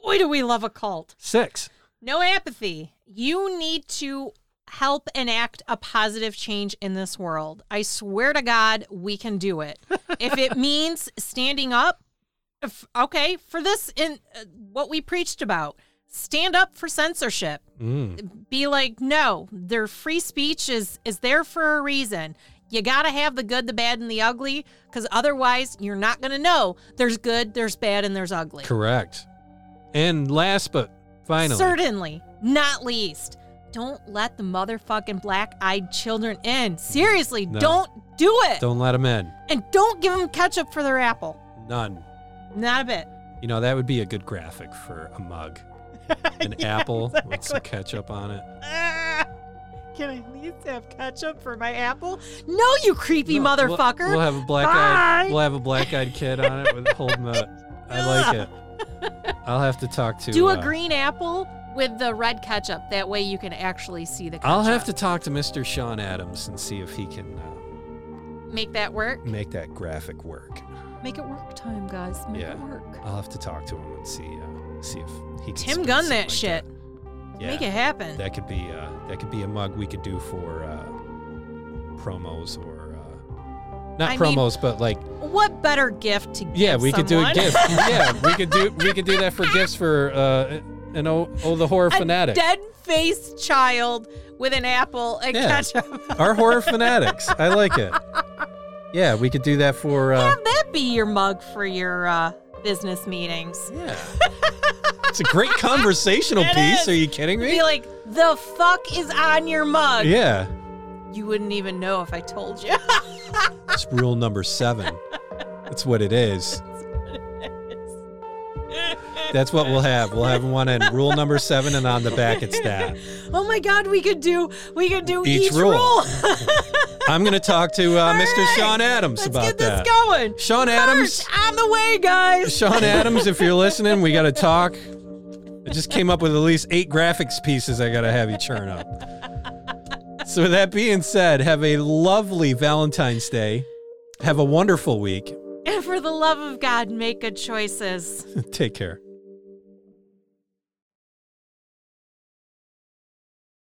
S2: boy, do we love a cult.
S1: Six.
S2: No apathy. You need to help enact a positive change in this world. I swear to God, we can do it. if it means standing up, if, okay, for this in uh, what we preached about, stand up for censorship.
S1: Mm.
S2: Be like, no, their free speech is is there for a reason. You got to have the good, the bad and the ugly cuz otherwise you're not going to know there's good, there's bad and there's ugly.
S1: Correct. And last but finally,
S2: Certainly, not least. Don't let the motherfucking black eyed children in. Seriously,
S1: No.
S2: don't do it.
S1: don't let them in.
S2: And don't give them ketchup for their apple.
S1: None.
S2: Not a bit.
S1: You know, that would be a good graphic for a mug. An apple with some ketchup on it.
S2: Ah, can I at least have ketchup for my apple? No, you creepy
S1: No, we'll-
S2: motherfucker.
S1: We'll, have a black
S2: Bye.
S1: eyed we'll have a black eyed kid on it with holding the I like it. I'll have to talk to
S2: do a
S1: uh,
S2: green apple with the red ketchup. That way you can actually see the ketchup.
S1: I'll have to talk to Mr. Sean Adams and see if he can uh,
S2: make that work.
S1: make that graphic work.
S2: Make it work time, guys. Make
S1: Yeah.
S2: it work.
S1: I'll have to talk to him and see uh, see if he can
S2: Tim
S1: spin
S2: Gunn
S1: something
S2: that
S1: like
S2: shit.
S1: Yeah,
S2: Make it happen.
S1: that could be uh, that could be a mug we could do for uh, promos or uh, not
S2: I mean-
S1: promos, but like
S2: What better gift to give?
S1: yeah, we could do a
S2: someone?
S1: gift. yeah, we could do we could do that for gifts for uh, an oh, oh the horror
S2: A
S1: fanatic.
S2: dead faced child with an apple and
S1: Yeah.
S2: ketchup.
S1: Our horror fanatics. I like it. Yeah, we could do that for uh,
S2: Have that be your mug for your uh, business meetings.
S1: yeah. It's a great conversational
S2: It
S1: piece.
S2: is.
S1: Are you kidding me?
S2: Be like, the fuck is on your mug?
S1: yeah.
S2: You wouldn't even know if I told you.
S1: It's rule number seven. That's what it is. That's what we'll have. We'll have one in rule number seven, and on the back it's that.
S2: oh my god, we could do we could do
S1: Each
S2: each,
S1: rule. I'm going to talk to uh, Mr.
S2: right.
S1: Sean Adams
S2: Let's
S1: about
S2: get
S1: that.
S2: this going.
S1: Sean Adams,
S2: Merch on the way, guys.
S1: Sean Adams, if you're listening, we got to talk. I just came up with at least eight graphics pieces I got to have you churn up. So, with that being said, have a lovely Valentine's Day. Have a wonderful week.
S2: And for the love of God, make good choices.
S1: Take care.